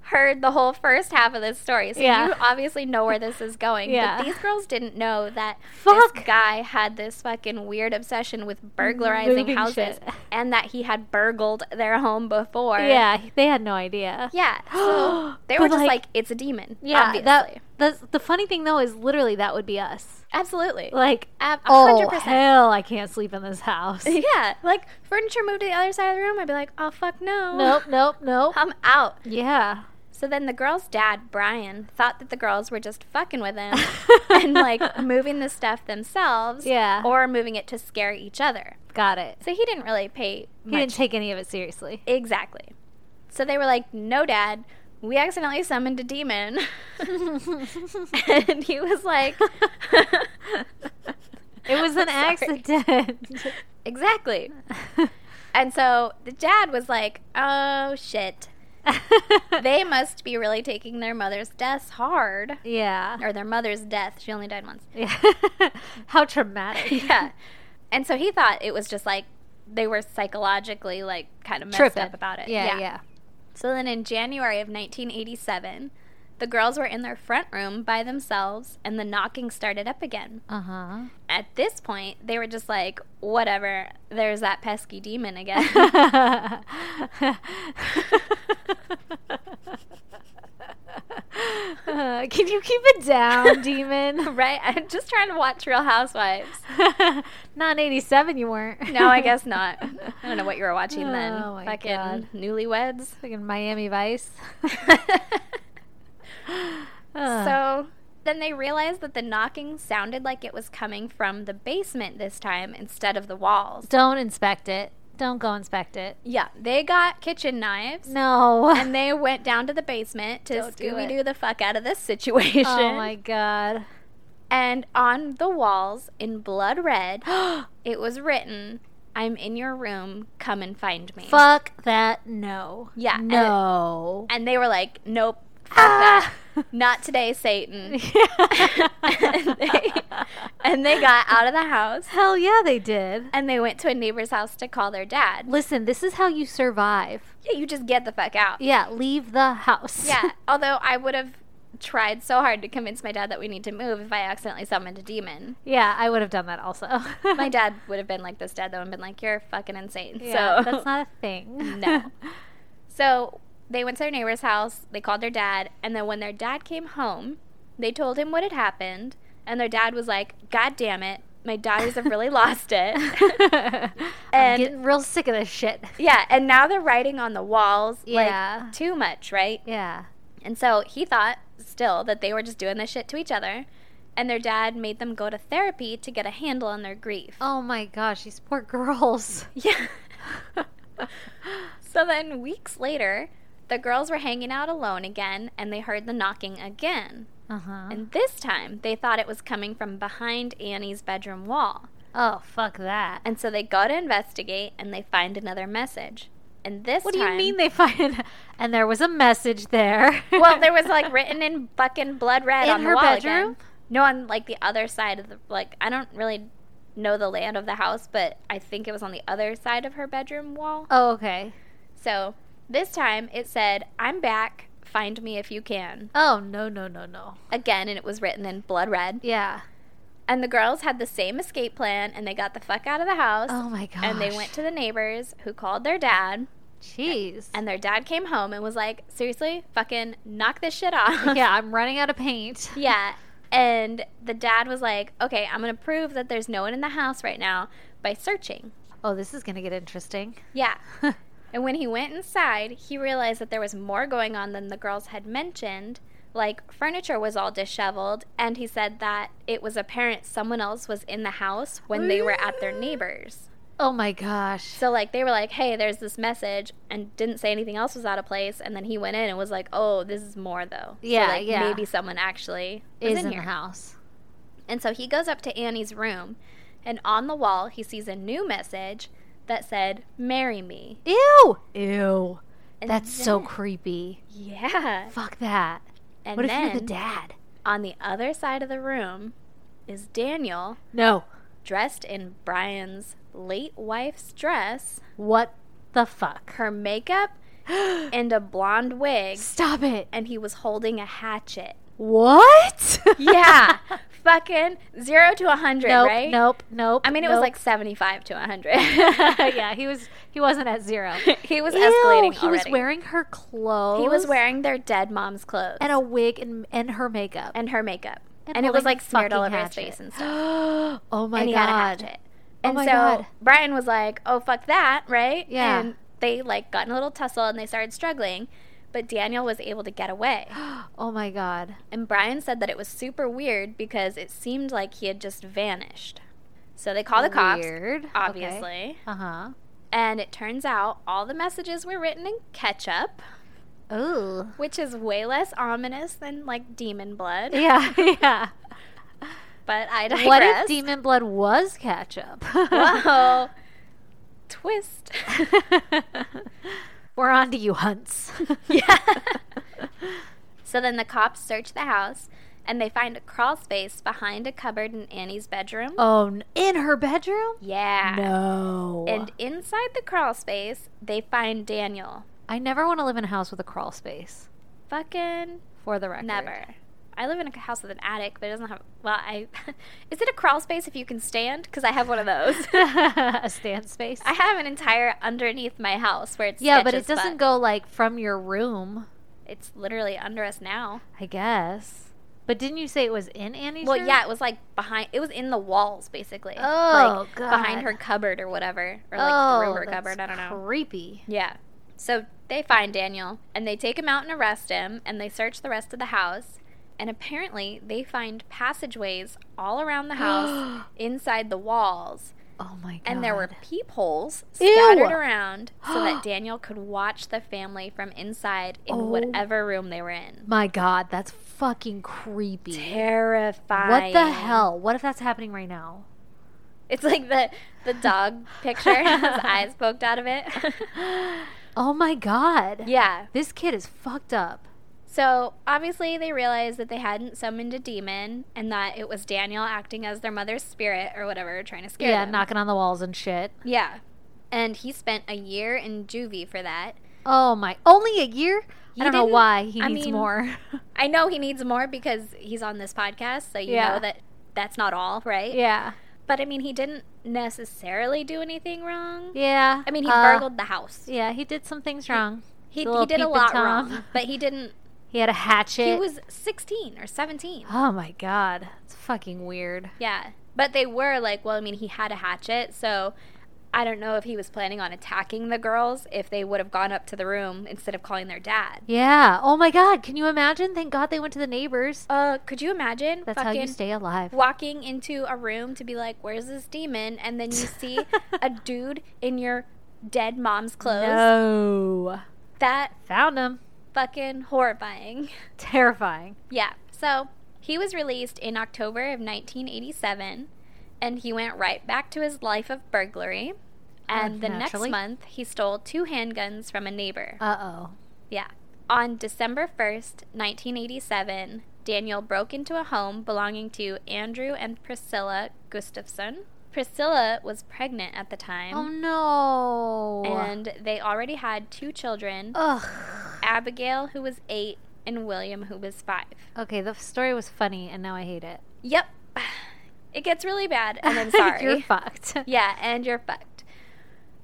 S2: heard the whole first half of this story, so
S1: Yeah.
S2: you obviously know where this is going.
S1: Yeah.
S2: But these girls didn't know that
S1: Fuck.
S2: this guy had this fucking weird obsession with burglarizing
S1: Moving
S2: houses
S1: shit.
S2: and that he had burgled their home before.
S1: yeah, they had no idea.
S2: Yeah. So they were
S1: But,
S2: just like,
S1: like-
S2: it's a demon.
S1: Yeah,
S2: obviously.
S1: that that's the funny thing though is literally that would be us.
S2: absolutely.
S1: Like,
S2: Ab- a
S1: oh
S2: hundred percent.
S1: hell, I can't sleep in this house.
S2: yeah. Like furniture moved to the other side of the room, I'd be like, oh fuck no.
S1: nope, nope, nope.
S2: I'm out.
S1: Yeah,
S2: So then the girl's dad, Brian, thought that the girls were just fucking with him and like moving the stuff themselves
S1: Yeah.
S2: or moving it to scare each other.
S1: got it.
S2: So he didn't really pay
S1: He
S2: much.
S1: didn't take any of it seriously.
S2: exactly. So they were like, "No, dad, we accidentally summoned a demon." and he was like
S1: It was an
S2: I'm sorry.
S1: accident.
S2: Exactly. And so the dad was like, "Oh shit. They must be really taking their mother's deaths hard."
S1: yeah.
S2: Or their mother's death. She only died once.
S1: yeah. How traumatic.
S2: yeah. And so he thought it was just like they were psychologically like kind of messed
S1: Tripping
S2: up about it.
S1: Yeah, yeah.
S2: So then in January of 1987, the girls were in their front room by themselves and the knocking started up again.
S1: Uh huh.
S2: At this point, they were just like, whatever, there's that pesky demon again.
S1: Uh, can you keep it down, demon?
S2: right? I'm just trying to watch Real Housewives.
S1: Not in 87, you weren't.
S2: No, I guess not. I don't know what you were watching then.
S1: Oh, my
S2: Fucking
S1: God.
S2: newlyweds.
S1: Like in Miami Vice. Uh,
S2: So then they realized that the knocking sounded like it was coming from the basement this time instead of the walls.
S1: don't inspect it. Don't go inspect it.
S2: Yeah, they got kitchen knives
S1: No.
S2: and they went down to the basement to
S1: Don't do
S2: Scooby Doo the fuck out of this situation.
S1: oh my god.
S2: And on the walls in blood red, it was written, I'm in your room, come and find me.
S1: Fuck that. No.
S2: Yeah, and-
S1: No.
S2: And they were like, nope, fuck
S1: Ah!
S2: that. Not today, Satan. and, they,
S1: Yeah.
S2: and they got out of the house
S1: Hell yeah, they did.
S2: and they went to a neighbor's house to call their dad.
S1: Listen, this is how you survive.
S2: Yeah, you just get the fuck out.
S1: Yeah, leave the house.
S2: Yeah. Although I would have tried so hard to convince my dad that we need to move if I accidentally summoned a demon.
S1: yeah, I would have done that also.
S2: My dad would have been like this dad though and been like, You're fucking insane.
S1: Yeah,
S2: so
S1: that's not a thing.
S2: No. So they went to their neighbor's house, they called their dad, and then when their dad came home, they told him what had happened, and their dad was like, God damn it, my daughters have really lost it.
S1: I'm
S2: And-
S1: getting real sick of this shit.
S2: Yeah, and now they're writing on the walls
S1: Yeah.
S2: like too much, right?
S1: Yeah.
S2: And so he thought still that they were just doing this shit to each other. And their dad made them go to therapy to get a handle on their grief.
S1: Oh my gosh, these poor girls. Uh-huh.
S2: Yeah. so then weeks later, the girls were hanging out alone again and they heard the knocking again.
S1: Uh huh.
S2: And this time, they thought it was coming from behind Annie's bedroom wall.
S1: Oh fuck that.
S2: And so they go to investigate and they find another message. And this
S1: What do you
S2: time-
S1: mean they find? And there was a message there.
S2: well, there was like written in fucking blood red
S1: In
S2: on the
S1: her
S2: wall
S1: bedroom?
S2: again. No, on like the other side of the like. I don't really know the land of the house, but I think it was on the other side of her bedroom wall.
S1: oh, okay.
S2: So this time it said, "I'm back. Find me if you can."
S1: Oh no no no no.
S2: Again, and it was written in blood red.
S1: Yeah.
S2: And the girls had the same escape plan, and they got the fuck out of the house.
S1: Oh my god.
S2: And they went to the neighbors, who called their dad,
S1: Jeez.
S2: and their dad came home and was like, "Seriously, fucking knock this shit off."
S1: yeah, I'm running out of paint.
S2: Yeah. And the dad was like, okay, I'm going to prove that there's no one in the house right now by searching.
S1: Oh, this is gonna get interesting.
S2: Yeah. and when he went inside, he realized that there was more going on than the girls had mentioned. Like, furniture was all disheveled. And he said that it was apparent someone else was in the house when they were at their neighbor's.
S1: Oh my gosh.
S2: So, like, they were like, hey, there's this message, and didn't say anything else was out of place. And then he went in and was like, oh, this is more, though. So,
S1: Yeah,
S2: like,
S1: yeah.
S2: Maybe someone actually was
S1: is
S2: in,
S1: in,
S2: here.
S1: the house.
S2: And so he goes up to Annie's room, and on the wall, he sees a new message that said, Marry me.
S1: Ew. Ew.
S2: And
S1: That's so
S2: then-
S1: creepy.
S2: Yeah.
S1: Fuck that.
S2: And
S1: what if
S2: then
S1: you're the dad?
S2: on the other side of the room is Daniel
S1: No.
S2: dressed in Brian's late wife's dress,
S1: What the fuck?
S2: her makeup, and a blonde wig,
S1: Stop it.
S2: and he was holding a hatchet.
S1: What?
S2: Yeah. Fucking zero to a 100,
S1: nope,
S2: right?
S1: nope, nope.
S2: I mean, it was
S1: nope.
S2: like 75 to a 100.
S1: yeah, he was he wasn't at zero.
S2: He was
S1: Ew,
S2: escalating
S1: He was
S2: already.
S1: wearing her clothes.
S2: He was wearing their dead mom's clothes
S1: and a wig and and her makeup.
S2: and her makeup,
S1: And
S2: and, it was
S1: holding
S2: like smeared all over
S1: fucking
S2: his face
S1: hatchet.
S2: and stuff.
S1: oh my
S2: and he
S1: god.
S2: had a hatchet.
S1: Oh
S2: And
S1: my
S2: so
S1: God.
S2: Brian was like, "Oh fuck that!" Right?
S1: Yeah.
S2: And they like got in a little tussle and they started struggling, but Daniel was able to get away.
S1: Oh my god.
S2: And Brian said that it was super weird because it seemed like he had just vanished. So they call the cops,
S1: Weird. Okay.
S2: obviously.
S1: Uh huh.
S2: Uh-huh. And it turns out all the messages were written in ketchup,
S1: Oh.
S2: which is way less ominous than like demon blood.
S1: Yeah, yeah.
S2: But I digress.
S1: What if demon blood was ketchup?
S2: Whoa. Twist.
S1: We're on to you, Hunts.
S2: yeah. so then the cops search the house and they find a crawl space behind a cupboard in Annie's bedroom.
S1: Oh, n- in her bedroom?
S2: Yeah.
S1: No.
S2: And inside the crawl space, they find Daniel.
S1: I never want to live in a house with a crawl space.
S2: Fucking
S1: For the record,
S2: never. I live in a house with an attic, but it doesn't have. Well, I. is it a crawl space if you can stand? Because I have one of those.
S1: a stand space.
S2: I have an entire underneath my house where it's.
S1: yeah, but it doesn't go like from your room.
S2: It's literally under us now.
S1: I guess. But didn't you say it was in Annie's
S2: Well,
S1: room?
S2: yeah, it was like behind. It was in the walls, basically.
S1: Oh,
S2: like,
S1: God. Oh,
S2: behind her cupboard or whatever, or like through her cupboard. I don't know.
S1: Creepy.
S2: yeah. So they find Daniel and they take him out and arrest him, and they search the rest of the house. And apparently, they find passageways all around the house, inside the walls,
S1: Oh my god.
S2: and there were peepholes
S1: Ew.
S2: scattered around so that Daniel could watch the family from inside in
S1: Oh.
S2: whatever room they were in.
S1: My god, that's fucking creepy. What
S2: Terrifying.
S1: the hell? What if that's happening right now?
S2: It's like the the dog picture, his eyes poked out of it.
S1: Oh my god.
S2: yeah.
S1: This kid is fucked up.
S2: So obviously they realized that they hadn't summoned a demon and that it was Daniel acting as their mother's spirit or whatever, trying to scare
S1: yeah,
S2: them.
S1: knocking on the walls and shit.
S2: yeah. And he spent a year in juvie for that.
S1: Oh my. Only a year?
S2: He
S1: I don't know
S2: didn't-
S1: why he
S2: I
S1: needs
S2: mean-
S1: more.
S2: I know he needs more because he's on this podcast, so you
S1: Yeah.
S2: know that that's not all, right?
S1: yeah.
S2: But I mean, he didn't necessarily do anything wrong.
S1: Yeah.
S2: I mean, he
S1: uh,
S2: burgled the house.
S1: Yeah, he did some things wrong.
S2: He, he
S1: the little
S2: did a
S1: peeping
S2: lot
S1: Tom.
S2: wrong, but he didn't.
S1: He had a hatchet.
S2: He was 16 or 17.
S1: Oh my god. It's fucking weird.
S2: Yeah. But they were like, well, I mean, he had a hatchet, so I don't know if he was planning on attacking the girls if they would have gone up to the room instead of calling their dad.
S1: Yeah. Oh my god. Can you imagine? Thank god they went to the neighbors.
S2: Uh, could you imagine
S1: That's how you stay alive.
S2: walking into a room to be like, where's this demon? And then you see a dude in your dead mom's clothes.
S1: No.
S2: That
S1: Found him.
S2: fucking horrifying.
S1: Terrifying.
S2: Yeah. So he was released in October of 1987, and he went right back to his life of burglary. And the
S1: Oh, Naturally.
S2: next month, he stole two handguns from a neighbor.
S1: Uh oh.
S2: Yeah. On December 1st, 1987, Daniel broke into a home belonging to Andrew and Priscilla Gustafson. Priscilla was pregnant at the time,
S1: Oh no. Oh.
S2: and they already had two children
S1: Ugh.
S2: Abigail, who was eight, and William, who was five.
S1: Okay, the story was funny, and now I hate it.
S2: Yep. It gets really bad, and I'm sorry.
S1: You're fucked.
S2: Yeah, and you're fucked.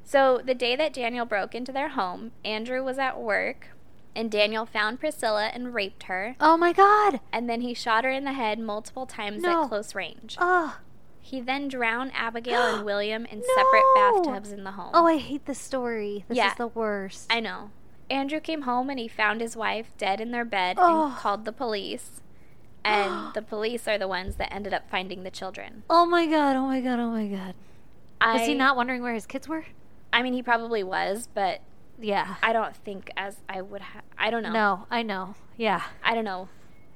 S2: So the day that Daniel broke into their home, Andrew was at work, and Daniel found Priscilla and raped her,
S1: Oh my god.
S2: and then he shot her in the head multiple times
S1: No. Oh.
S2: at close range.
S1: Ugh.
S2: He then drowned Abigail and William in separate
S1: No.
S2: bathtubs in the home.
S1: Oh, I hate this story. This
S2: Yeah.
S1: is the worst.
S2: I know. Andrew came home and he found his wife dead in their bed
S1: Oh.
S2: and called the police. And the police are the ones that ended up finding the children.
S1: oh my god. Oh my god. Oh my god.
S2: I,
S1: Was he not wondering where his kids were?
S2: I mean, he probably was, but
S1: Yeah.
S2: I don't think as I would have. I don't know.
S1: No, I know. Yeah.
S2: I don't know.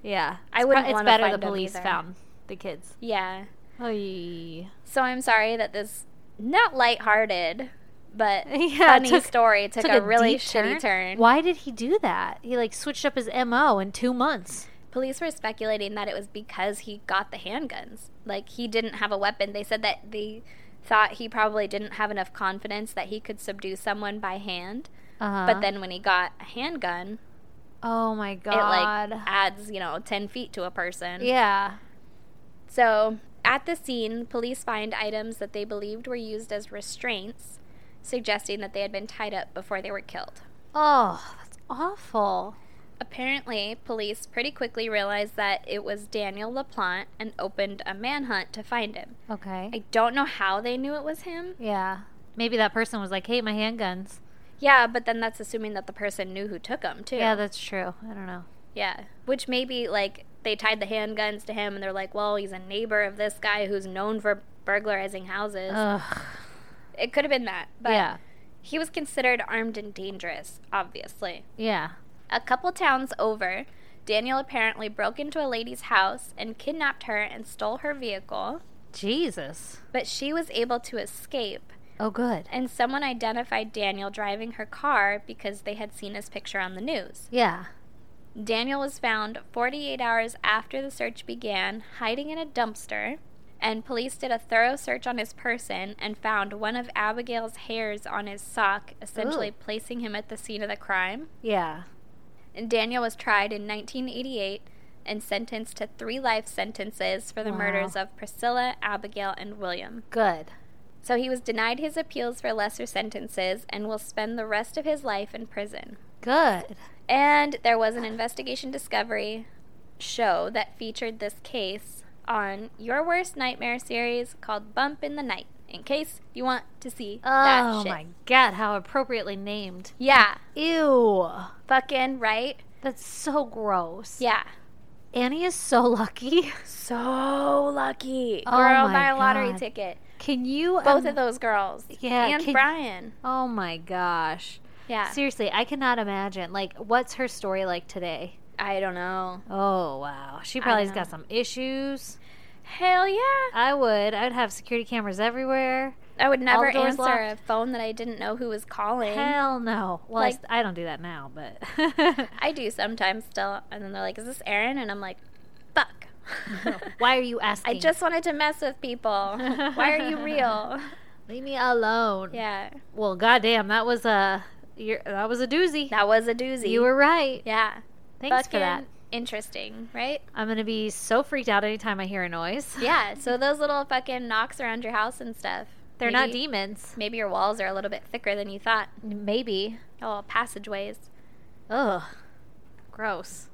S1: Yeah.
S2: I
S1: It's
S2: wouldn't
S1: pro- It's
S2: wanna
S1: better
S2: find
S1: the
S2: them
S1: police
S2: either.
S1: found the kids.
S2: Yeah.
S1: Oy.
S2: So I'm sorry that this not lighthearted, but
S1: Yeah, it
S2: funny
S1: took-
S2: story took, a, really
S1: deep
S2: shitty turn.
S1: Why did he do that? He like switched up his MO in two months.
S2: Police were speculating that it was because he got the handguns. Like he didn't have a weapon. They said that they thought he probably didn't have enough confidence that he could subdue someone by hand.
S1: Uh-huh.
S2: But then when he got a handgun,
S1: oh my
S2: it
S1: god.
S2: like adds, you know, 10 feet to a person.
S1: yeah.
S2: So, at the scene, police find items that they believed were used as restraints, suggesting that they had been tied up before they were killed.
S1: Oh, that's awful.
S2: Apparently, police pretty quickly realized that it was Daniel LaPlante and opened a manhunt to find him.
S1: Okay.
S2: I don't know how they knew it was him.
S1: yeah. Maybe that person was like, "Hey, my handguns."
S2: Yeah, but then that's assuming that the person knew who took them, too.
S1: Yeah, that's true. I don't know.
S2: Yeah. Which maybe, like, they tied the handguns to him and they're like, well, he's a neighbor of this guy who's known for burglarizing houses.
S1: Ugh.
S2: it could have been that. But
S1: Uh. yeah.
S2: He was considered armed and dangerous, obviously.
S1: Yeah.
S2: A couple towns over, Daniel apparently broke into a lady's house and kidnapped her and stole her vehicle,
S1: Jesus.
S2: but she was able to escape,
S1: Oh, good.
S2: and someone identified Daniel driving her car because they had seen his picture on the news.
S1: Yeah.
S2: Daniel was found 48 hours after the search began, hiding in a dumpster, and police did a thorough search on his person and found one of Abigail's hairs on his sock, essentially
S1: Ooh.
S2: placing him at the scene of the crime.
S1: Yeah.
S2: And Daniel was tried in 1988 and sentenced to three life sentences for the
S1: Wow.
S2: murders of Priscilla, Abigail, and William.
S1: Good.
S2: So he was denied his appeals for lesser sentences and will spend the rest of his life in prison.
S1: Good.
S2: And there was an investigation discovery show that featured this case on your worst nightmare series called Bump in the Night. In case you want to see that
S1: Oh
S2: shit.
S1: my god, how appropriately named.
S2: Yeah,
S1: Ew.
S2: fucking right.
S1: That's so gross.
S2: Yeah.
S1: Annie is so lucky.
S2: So lucky.
S1: Oh
S2: Girl,
S1: my
S2: buy a lottery
S1: God.
S2: ticket.
S1: Can you
S2: Both
S1: um,
S2: of those girls.
S1: yeah,
S2: And
S1: can-
S2: Brian.
S1: Oh my gosh.
S2: Yeah.
S1: Seriously, I cannot imagine. Like, what's her story like today?
S2: I don't know.
S1: Oh wow, she probably's
S2: know.
S1: got some issues.
S2: Hell yeah.
S1: I would. I'd have security cameras everywhere.
S2: I would never
S1: doors
S2: answer
S1: locked.
S2: a phone that I didn't know who was calling.
S1: Hell no. Well, I
S2: Like-
S1: st- I, don't do that now, but
S2: I do sometimes still. And then they're like, is this Aaron? And I'm like, fuck.
S1: why are you
S2: I
S1: asking?
S2: just wanted to mess with people. Why are you real?
S1: leave me alone.
S2: Yeah.
S1: Well, goddamn, that was a your that was a doozy.
S2: That was a doozy.
S1: You were right.
S2: Yeah.
S1: Thanks for
S2: Fucking
S1: that.
S2: Interesting, right?
S1: I'm gonna be so freaked out anytime I hear a noise.
S2: Yeah. So those little fucking knocks around your house and stuff.
S1: They're not
S2: Maybe-
S1: demons.
S2: Maybe your walls are a little bit thicker than you thought.
S1: Maybe.
S2: Oh, passageways.
S1: Ugh. Gross.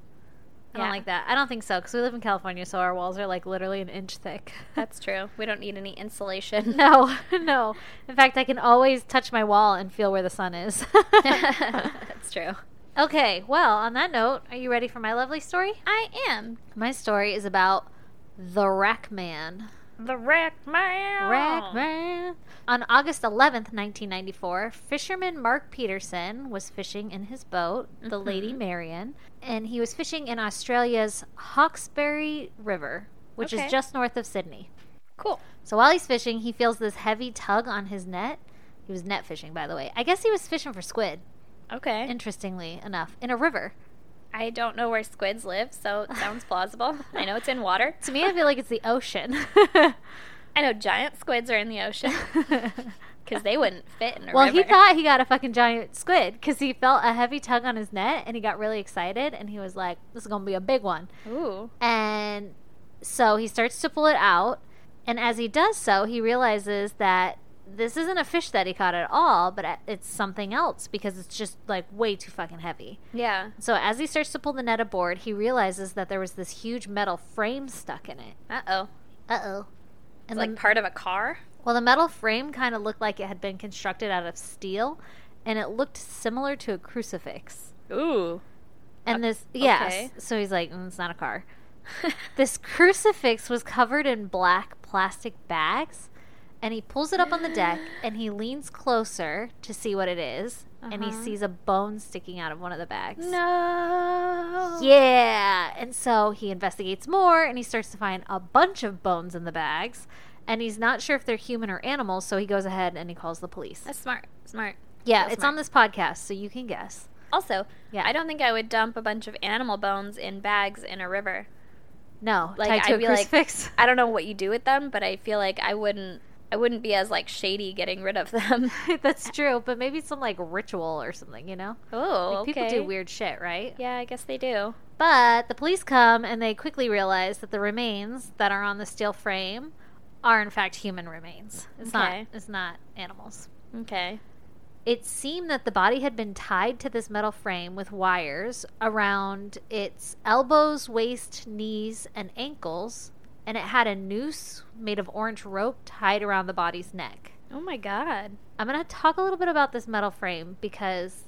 S1: I don't
S2: Yeah.
S1: like that. I don't think so because we live in California, so our walls are like literally an inch thick.
S2: That's true. We don't need any insulation.
S1: no, no. In fact, I can always touch my wall and feel where the sun is.
S2: That's true.
S1: okay, well, on that note, are you ready for my lovely story?
S2: I am
S1: My story is about the Rack Man.
S2: the rack man.
S1: Ragman. On August 11th, 1994, fisherman Mark Peterson was fishing in his boat, the
S2: Mm-hmm.
S1: Lady Marion, and he was fishing in Australia's Hawkesbury River, which
S2: Okay.
S1: is just north of Sydney.
S2: Cool.
S1: So while he's fishing, he feels this heavy tug on his net, He was net fishing, by the way. I guess he was fishing for squid,
S2: Okay.
S1: interestingly enough, in a river.
S2: I don't know where squids live, so it sounds plausible. I know it's in water.
S1: To me, I feel like it's the ocean.
S2: I know giant squids are in the ocean because they wouldn't fit in a
S1: well,
S2: river.
S1: he thought he got a fucking giant squid because he felt a heavy tug on his net and he got really excited and he was like, this is going to be a big one.
S2: Ooh.
S1: And so he starts to pull it out. And as he does so, he realizes that this isn't a fish that he caught at all, but it's something else because it's just like way too fucking heavy.
S2: Yeah.
S1: So as he starts to pull the net aboard, he realizes that there was this huge metal frame stuck in it.
S2: Uh oh.
S1: Uh oh. And
S2: It's
S1: like
S2: like part of a car.
S1: well, the metal frame kind of looked like it had been constructed out of steel, and it looked similar to a crucifix.
S2: Ooh.
S1: And this, yes.
S2: okay.
S1: So he's like, mm, it's not a car. This crucifix was covered in black plastic bags, and he pulls it up on the deck and he leans closer to see what it is, and he
S2: Uh-huh.
S1: sees a bone sticking out of one of the bags.
S2: no.
S1: Yeah. And so he investigates more and he starts to find a bunch of bones in the bags. And he's not sure if they're human or animals, so he goes ahead and he calls the police.
S2: That's smart. Smart.
S1: yeah,
S2: that's
S1: it's on this podcast, so you can guess.
S2: Also,
S1: Yeah.
S2: I don't think I would dump a bunch of animal bones in bags in a river.
S1: No,
S2: Like,
S1: tied to
S2: I'd
S1: a
S2: be like-
S1: crucifix.
S2: I don't know what you do with them, but I feel like I wouldn't. I wouldn't be as like shady getting rid of them.
S1: That's true, but maybe some like ritual or something, you know?
S2: Oh,
S1: Like,
S2: okay.
S1: People do weird shit, right?
S2: Yeah, I guess they do.
S1: But the police come and they quickly realize that the remains that are on the steel frame are in fact human remains. It's
S2: Okay.
S1: not it's not animals.
S2: Okay.
S1: It seemed that the body had been tied to this metal frame with wires around its elbows, waist, knees, and ankles, and it had a noose made of orange rope tied around the body's neck.
S2: Oh my god.
S1: I'm going to talk a little bit about this metal frame because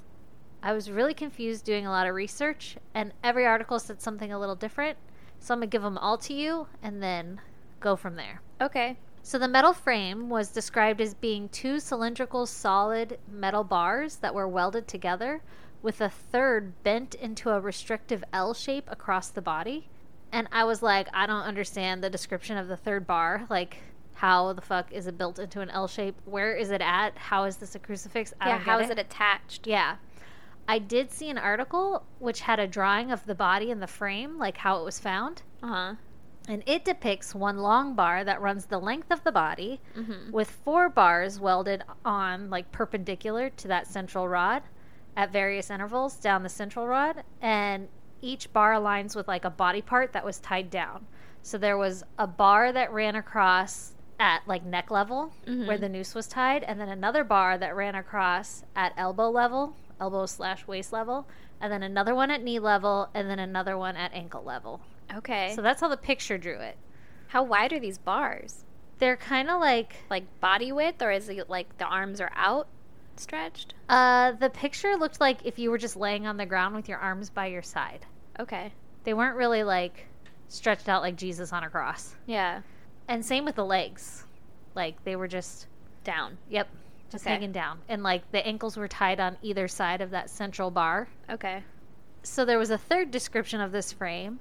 S1: I was really confused doing a lot of research, and every article said something a little different. So I'm going to give them all to you and then go from there.
S2: Okay.
S1: So the metal frame was described as being two cylindrical solid metal bars that were welded together, with a third bent into a restrictive L shape across the body. And I was like, I don't understand the description of the third bar. Like, how the fuck is it built into an L shape? Where is it at? How is this a crucifix? I
S2: yeah.
S1: don't
S2: How
S1: get
S2: is it attached?
S1: yeah. I did see an article which had a drawing of the body and the frame, like how it was found.
S2: Uh huh.
S1: And it depicts one long bar that runs the length of the body with four bars welded on, like perpendicular to that central rod at various intervals down the central rod. And each bar aligns with like a body part that was tied down. So there was a bar that ran across at like neck level where the noose was tied, and then another bar that ran across at elbow level, elbow slash waist level, and then another one at knee level, and then another one at ankle level.
S2: Okay.
S1: So that's how the picture drew it.
S2: how wide are these bars?
S1: They're kind of like
S2: Like body width, or is it like the arms are out, stretched?
S1: uh the picture looked like if you were just laying on the ground with your arms by your side.
S2: Okay.
S1: They weren't really like stretched out like Jesus on a cross.
S2: Yeah.
S1: And same with the legs. Like they were just
S2: Down.
S1: yep, just
S2: Okay.
S1: hanging down. And like the ankles were tied on either side of that central bar.
S2: Okay.
S1: So there was a third description of this frame,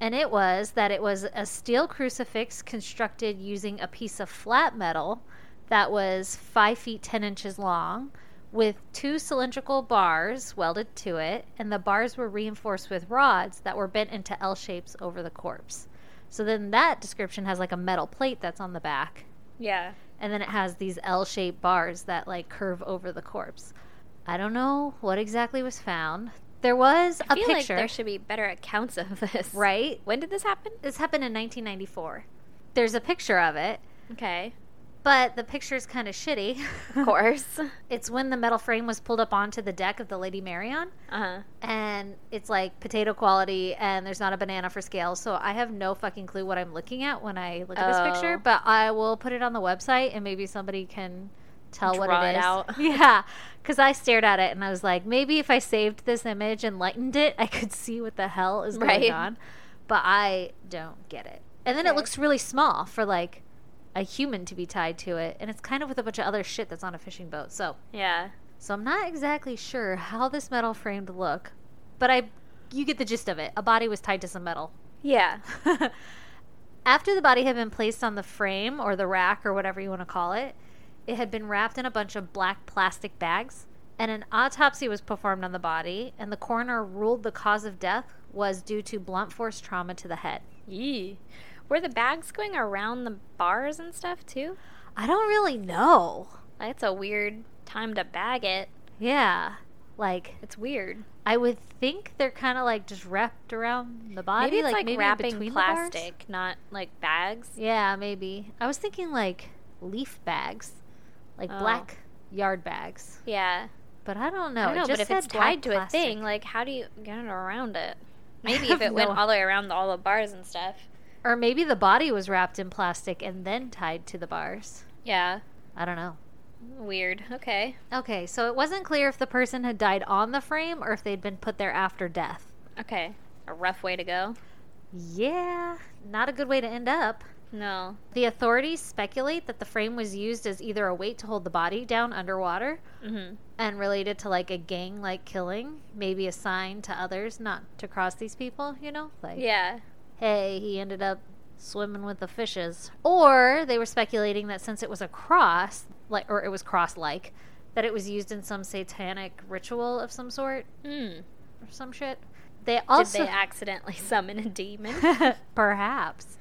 S1: and it was that it was a steel crucifix constructed using a piece of flat metal that was five feet ten inches long, with two cylindrical bars welded to it, and the bars were reinforced with rods that were bent into L shapes over the corpse. So then that description has like a metal plate that's on the back,
S2: Yeah.
S1: and then it has these L-shaped bars that like curve over the corpse. I don't know what exactly was found. There was
S2: I
S1: a
S2: feel like
S1: picture,
S2: there should be better accounts of this.
S1: right?
S2: When did this happen?
S1: This happened in 1994. There's a picture of it,
S2: Okay.
S1: but the picture is kind of shitty.
S2: Of course. uh
S1: it's when the metal frame was pulled up onto the deck of the Lady Marion,
S2: huh.
S1: and it's like potato quality, and there's not a banana for scale. So I have no fucking clue what I'm looking at when I look at
S2: Oh.
S1: this picture, but I will put it on the website, and maybe somebody can tell
S2: Draw
S1: what
S2: it
S1: it is.
S2: out.
S1: Yeah, because I stared at it and I was like, maybe if I saved this image and lightened it, I could see what the hell is going
S2: Right.
S1: on. But I don't get it. And then it
S2: Okay.
S1: looks really small for like a human to be tied to it, and it's kind of with a bunch of other shit that's on a fishing boat. So,
S2: Yeah.
S1: so I'm not exactly sure how this metal framed look, but I, you get the gist of it. A body was tied to some metal.
S2: Yeah.
S1: After the body had been placed on the frame or the rack or whatever you want to call it, It had been wrapped in a bunch of black plastic bags, and an autopsy was performed on the body, and the coroner ruled the cause of death was due to blunt force trauma to the head.
S2: Yee. Were the bags going around the bars and stuff too?
S1: I don't really know.
S2: That's a weird time to bag it.
S1: Yeah. Like,
S2: It's weird.
S1: I would think they're kind of like just wrapped around the body.
S2: Maybe it's like,
S1: maybe in
S2: wrapping
S1: between the bars?
S2: plastic, not like bags.
S1: Yeah, maybe. I was thinking like leaf bags, like
S2: Oh.
S1: black yard bags.
S2: Yeah.
S1: But I don't know.
S2: I don't know,
S1: it just
S2: but if
S1: said
S2: it's tied
S1: black
S2: to
S1: plastic.
S2: a thing, like how do you get it around it? Maybe
S1: I
S2: if it
S1: have
S2: went
S1: no-
S2: all the way around all the bars and stuff.
S1: or maybe the body was wrapped in plastic and then tied to the bars.
S2: Yeah.
S1: I don't know.
S2: Weird. Okay.
S1: Okay, so it wasn't clear if the person had died on the frame or if they'd been put there after death.
S2: Okay. A rough way to go.
S1: Yeah, not a good way to end up.
S2: No.
S1: The authorities speculate that the frame was used as either a weight to hold the body down underwater
S2: Mm-hmm.
S1: and related to like a gang like killing, maybe a sign to others not to cross these people, you know? Like,
S2: Yeah.
S1: hey, he ended up swimming with the fishes. Or they were speculating that since it was a cross, like or it was cross like, that it was used in some satanic ritual of some sort
S2: Hmm.
S1: or some shit. They also
S2: Did they accidentally summon a demon?
S1: Perhaps.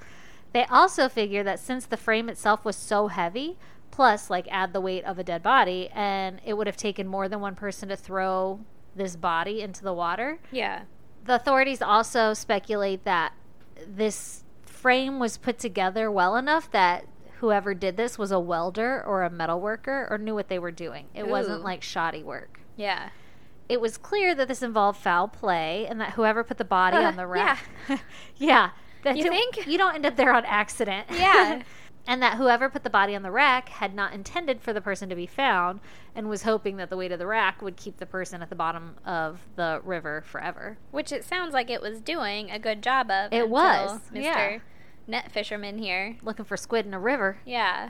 S1: They also figure that since the frame itself was so heavy, plus like add the weight of a dead body, and it would have taken more than one person to throw this body into the water.
S2: yeah.
S1: The authorities also speculate that this frame was put together well enough that whoever did this was a welder or a metal worker or knew what they were doing. It wasn't
S2: Ooh.
S1: like shoddy work.
S2: Yeah.
S1: It was clear that this involved foul play and that whoever put the body
S2: Uh,
S1: on the raft. Yeah. That
S2: You
S1: don't-
S2: think?
S1: You don't end up there on accident.
S2: Yeah.
S1: and that whoever put the body on the rack had not intended for the person to be found and was hoping that the weight of the rack would keep the person at the bottom of the river forever.
S2: Which it sounds like it was doing a good job of.
S1: It
S2: until
S1: was,
S2: Mr.
S1: yeah.
S2: Net Fisherman here.
S1: Looking for squid in a river.
S2: Yeah.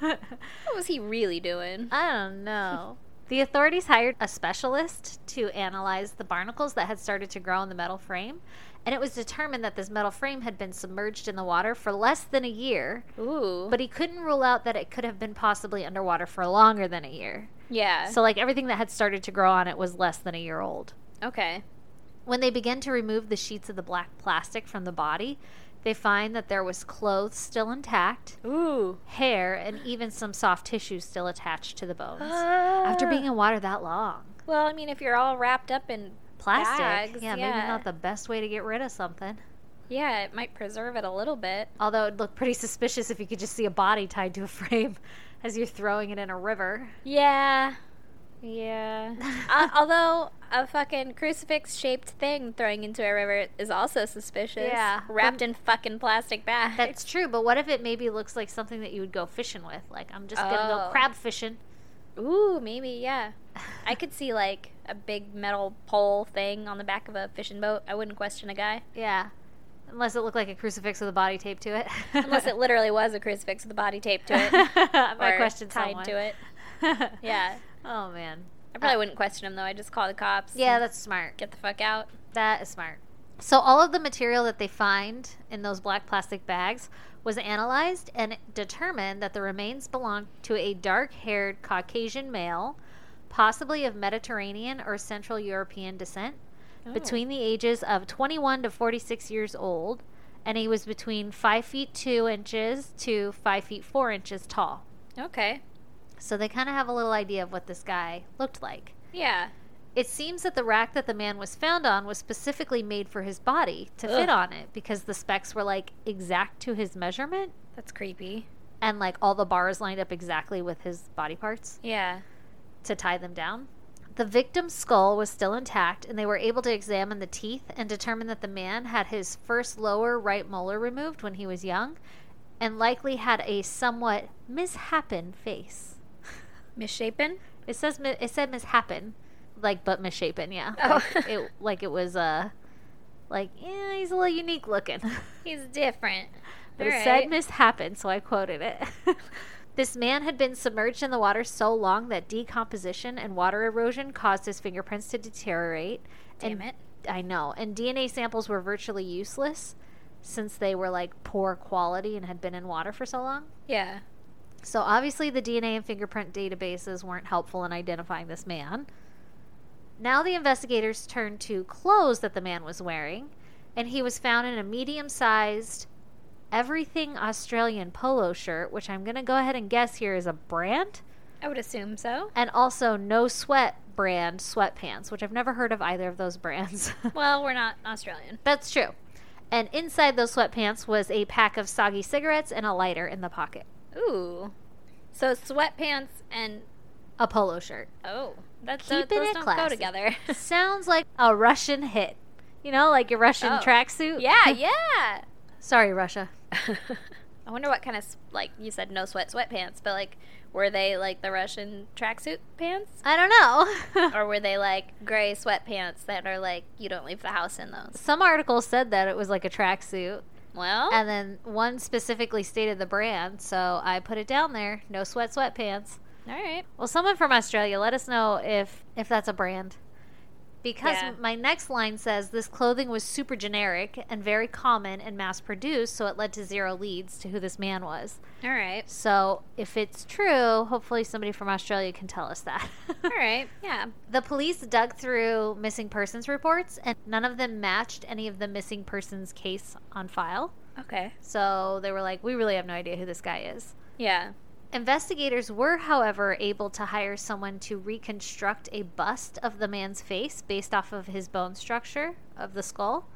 S1: I
S2: what was he really doing?
S1: don't know. The authorities hired a specialist to analyze the barnacles that had started to grow in the metal frame, and it was determined that this metal frame had been submerged in the water for less than a year
S2: Ooh.
S1: but he couldn't rule out that it could have been possibly underwater for longer than a year.
S2: yeah.
S1: So, like, everything that had started to grow on it was less than a year old.
S2: okay.
S1: When they begin to remove the sheets of the black plastic from the body, they find that there was clothes still intact,
S2: Ooh.
S1: hair, and even some soft tissue still attached to the bones.
S2: Ah.
S1: After being in water that long,
S2: Well, I mean, if you're all wrapped up in
S1: plastic,
S2: Bags,
S1: yeah,
S2: yeah.
S1: maybe not the best way to get rid of something.
S2: yeah, it might preserve it a little bit.
S1: Although it'd look pretty suspicious if you could just see a body tied to a frame as you're throwing it in a river.
S2: Yeah. Yeah. uh, although a fucking crucifix shaped thing throwing into a river is also suspicious.
S1: Yeah.
S2: Wrapped in fucking plastic bags.
S1: That's true, but what if it maybe looks like something that you would go fishing with? Like, I'm just gonna
S2: Oh.
S1: go crab fishing.
S2: Ooh, maybe, yeah. I could see like a big metal pole thing on the back of a fishing boat. I wouldn't question a guy.
S1: Yeah. Unless it looked like a crucifix with a body taped to it.
S2: Unless it literally was a crucifix with a body taped to it.
S1: I might
S2: or
S1: question
S2: tied
S1: someone.
S2: to it.
S1: it.
S2: Yeah.
S1: Oh, man.
S2: I probably wouldn't question him though. I'd just call the cops.
S1: Yeah,
S2: and
S1: that's smart.
S2: get the fuck out.
S1: That is smart. So, all of the material that they find in those black plastic bags was analyzed and determined that the remains belonged to a dark haired Caucasian male, possibly of Mediterranean or Central European descent. between the ages of 21 to 46 years old, and he was between 5 feet 2 inches to 5 feet 4 inches tall.
S2: Okay.
S1: So they kind of have a little idea of what this guy looked like.
S2: Yeah.
S1: It seems that the rack that the man was found on was specifically made for his body to
S2: Ugh.
S1: fit on it because the specs were like exact to his measurement
S2: That's creepy.
S1: and like all the bars lined up exactly with his body parts
S2: Yeah.
S1: to tie them down. The victim's skull was still intact, and they were able to examine the teeth and determine that the man had his first lower right molar removed when he was young and likely had a somewhat mishappen face.
S2: Misshapen?
S1: It says mi- it said mishappen, like but misshapen, yeah.
S2: Oh.
S1: Like it like it was uh like yeah, he's a little unique looking.
S2: He's different.
S1: But
S2: All
S1: it
S2: right.
S1: said mishappened, so I quoted it. this man had been submerged in the water so long that decomposition and water erosion caused his fingerprints to deteriorate.
S2: Damn
S1: and,
S2: it.
S1: I know. And DNA samples were virtually useless since they were like poor quality and had been in water for so long.
S2: Yeah.
S1: So obviously, the DNA and fingerprint databases weren't helpful in identifying this man. Now the investigators turned to clothes that the man was wearing, and he was found in a medium sized everything Australian polo shirt, which I'm going to go ahead and guess here is a brand,
S2: I would assume so.
S1: and also no sweat brand sweatpants, which I've never heard of either of those brands.
S2: Well, we're not Australian.
S1: That's true. And inside those sweatpants was a pack of soggy cigarettes and a lighter in the pocket.
S2: Ooh. So sweatpants and
S1: A polo shirt.
S2: oh, that's
S1: Keeping
S2: those
S1: it
S2: don't go
S1: classy.
S2: together.
S1: Sounds like a Russian hit. You know, like your Russian
S2: Oh.
S1: tracksuit.
S2: yeah, yeah.
S1: Sorry, Russia.
S2: I wonder what kind of s- like you said no sweat sweatpants, but like were they like the Russian tracksuit pants
S1: I don't know.
S2: or were they like gray sweatpants that are like you don't leave the house in those?
S1: Some articles said that it was like a tracksuit,
S2: Well,
S1: and then one specifically stated the brand, so I put it down there. No sweat sweatpants.
S2: all right.
S1: Well, someone from Australia, let us know if if that's a brand. Because
S2: Yeah.
S1: my next line says this clothing was super generic and very common and mass produced, so it led to zero leads to who this man was.
S2: All right.
S1: So, if it's true, hopefully somebody from Australia can tell us that.
S2: All right. Yeah.
S1: The police dug through missing persons reports and none of them matched any of the missing persons case on file.
S2: Okay.
S1: So, they were like, we really have no idea who this guy is.
S2: Yeah.
S1: Investigators were, however, able to hire someone to reconstruct a bust of the man's face based off of his bone structure of the skull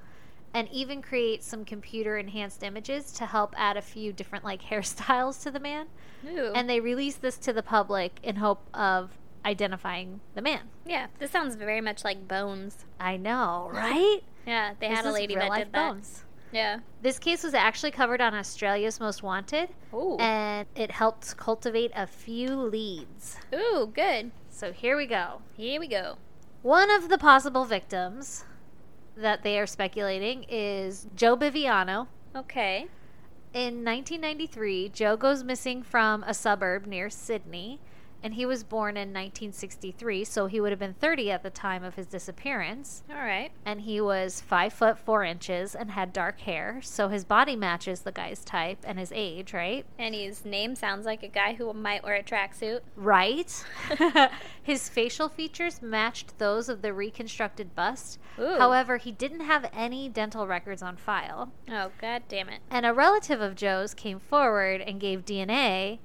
S1: and even create some computer enhanced images to help add a few different like hairstyles to the man
S2: Ooh.
S1: and they released this to the public in hope of identifying the man.
S2: yeah, this sounds very much like Bones.
S1: I know, right?
S2: Yeah, they
S1: This
S2: had a
S1: is
S2: lady
S1: real
S2: that
S1: life
S2: did that.
S1: Bones.
S2: Yeah.
S1: This case was actually covered on Australia's Most Wanted
S2: Ooh.
S1: and it helped cultivate a few leads.
S2: Ooh, good.
S1: So here we go.
S2: Here we go.
S1: One of the possible victims that they are speculating is Joe Biviano.
S2: Okay.
S1: In 1993, Joe goes missing from a suburb near Sydney, and he was born in 1963, so he would have been 30 at the time of his disappearance.
S2: All right.
S1: And he was 5 foot 4 inches and had dark hair, so his body matches the guy's type and his age, right?
S2: And his name sounds like a guy who might wear a tracksuit.
S1: Right. his facial features matched those of the reconstructed bust.
S2: Ooh.
S1: However, he didn't have any dental records on file.
S2: Oh, god damn it.
S1: And a relative of Joe's came forward and gave DNA,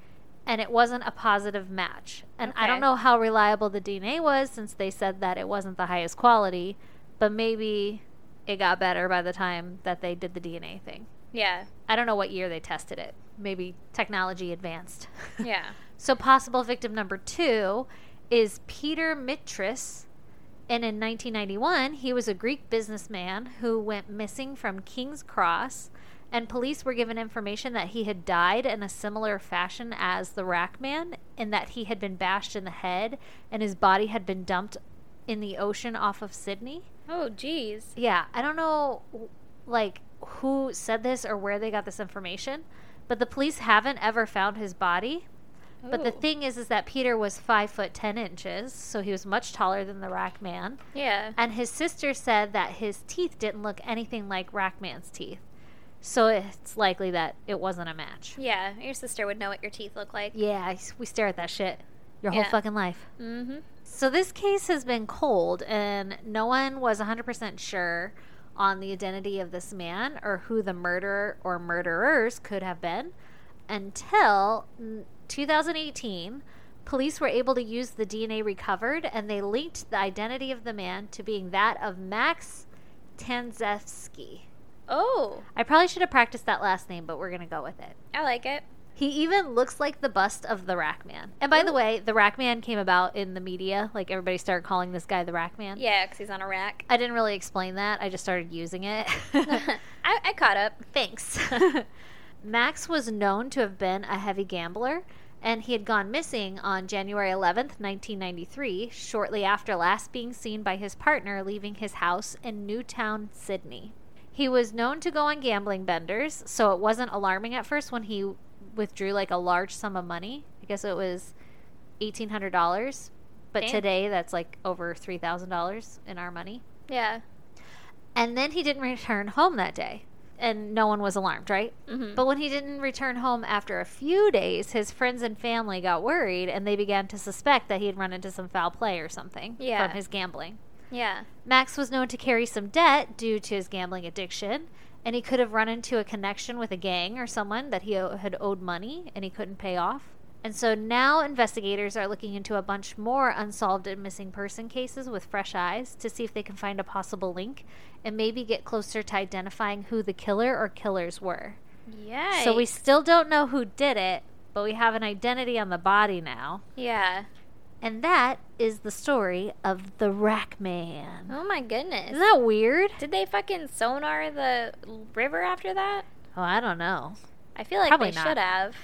S1: and it wasn't a positive match. And I
S2: Okay.
S1: don't know how reliable the DNA was since they said that it wasn't the highest quality, but maybe it got better by the time that they did the DNA thing.
S2: Yeah.
S1: I don't know what year they tested it. Maybe technology advanced.
S2: Yeah.
S1: So possible victim number two is Peter Mitris. And in 1991, he was a Greek businessman who went missing from King's Cross, and police were given information that he had died in a similar fashion as the Rackman, in that he had been bashed in the head and his body had been dumped in the ocean off of Sydney.
S2: Oh, jeez.
S1: Yeah, I don't know, like who said this or where they got this information, but the police haven't ever found his body. But the
S2: Ooh.
S1: thing is, is that Peter was five foot ten inches, so he was much taller than the Rackman.
S2: Yeah.
S1: And his sister said that his teeth didn't look anything like Rackman's teeth, so it's likely that it wasn't a match.
S2: Yeah. Your sister would know what your teeth look like.
S1: Yeah, I- we stare at that shit your whole
S2: Yeah.
S1: fucking life.
S2: Mm-hmm.
S1: So this case has been cold, and no one was 100% sure on the identity of this man or who the murderer or murderers could have been until mm, 2018. Police were able to use the DNA recovered, and they linked the identity of the man to being that of Max Tanzevsky.
S2: Oh,
S1: I probably should have practiced that last name, but we're going to go with it.
S2: I like it.
S1: He even looks like the bust of the Rackman. And by the
S2: Ooh.
S1: way, the Rackman came about in the media. Like everybody started calling this guy the Rackman.
S2: Yeah, because he's on a rack.
S1: I didn't really explain that. I just started using it.
S2: I, I caught up.
S1: Thanks. Max was known to have been a heavy gambler, and he had gone missing on January 11th, 1993, shortly after last being seen by his partner leaving his house in Newtown, Sydney. He was known to go on gambling benders, so it wasn't alarming at first when he withdrew like a large sum of money. I guess it was $1,800, but
S2: Damn.
S1: today that's like over $3,000 in our money.
S2: Yeah.
S1: And then he didn't return home that day. and no one was alarmed, right?
S2: Mm-hmm.
S1: But when he didn't return home after a few days, his friends and family got worried and they began to suspect that he had run into some foul play or something
S2: Yeah.
S1: from his gambling.
S2: Yeah.
S1: Max was known to carry some debt due to his gambling addiction, and he could have run into a connection with a gang or someone that he o- had owed money and he couldn't pay off. And so now investigators are looking into a bunch more unsolved and missing person cases with fresh eyes to see if they can find a possible link and maybe get closer to identifying who the killer or killers were.
S2: Yeah.
S1: So we still don't know who did it, but we have an identity on the body now.
S2: Yeah.
S1: And that is the story of the Rack Man.
S2: Oh my goodness.
S1: Isn't that weird?
S2: Did they fucking sonar the river after that?
S1: Oh, I don't know.
S2: I feel like
S1: Probably
S2: they
S1: not.
S2: should have.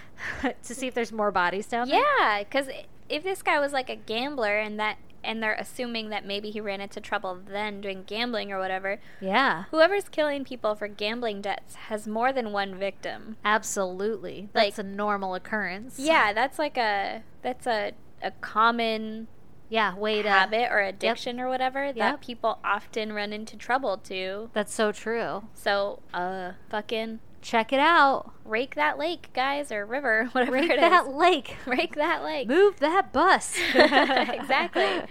S1: to see if there's more bodies down there.
S2: Yeah, because if this guy was like a gambler and that, and they're assuming that maybe he ran into trouble then doing gambling or whatever,
S1: Yeah,
S2: whoever's killing people for gambling debts has more than one victim.
S1: absolutely. That's
S2: Like-
S1: a normal occurrence.
S2: Yeah, that's like a that's a a common
S1: yeah. uh, Way to.
S2: habit or addiction or whatever that
S1: Yep.
S2: people often run into trouble to.
S1: That's so true.
S2: So, uh, fucking
S1: Check it out.
S2: rake that lake, guys, or river, whatever
S1: Break
S2: it is.
S1: that lake.
S2: Rake that lake.
S1: Move that bus.
S2: Exactly.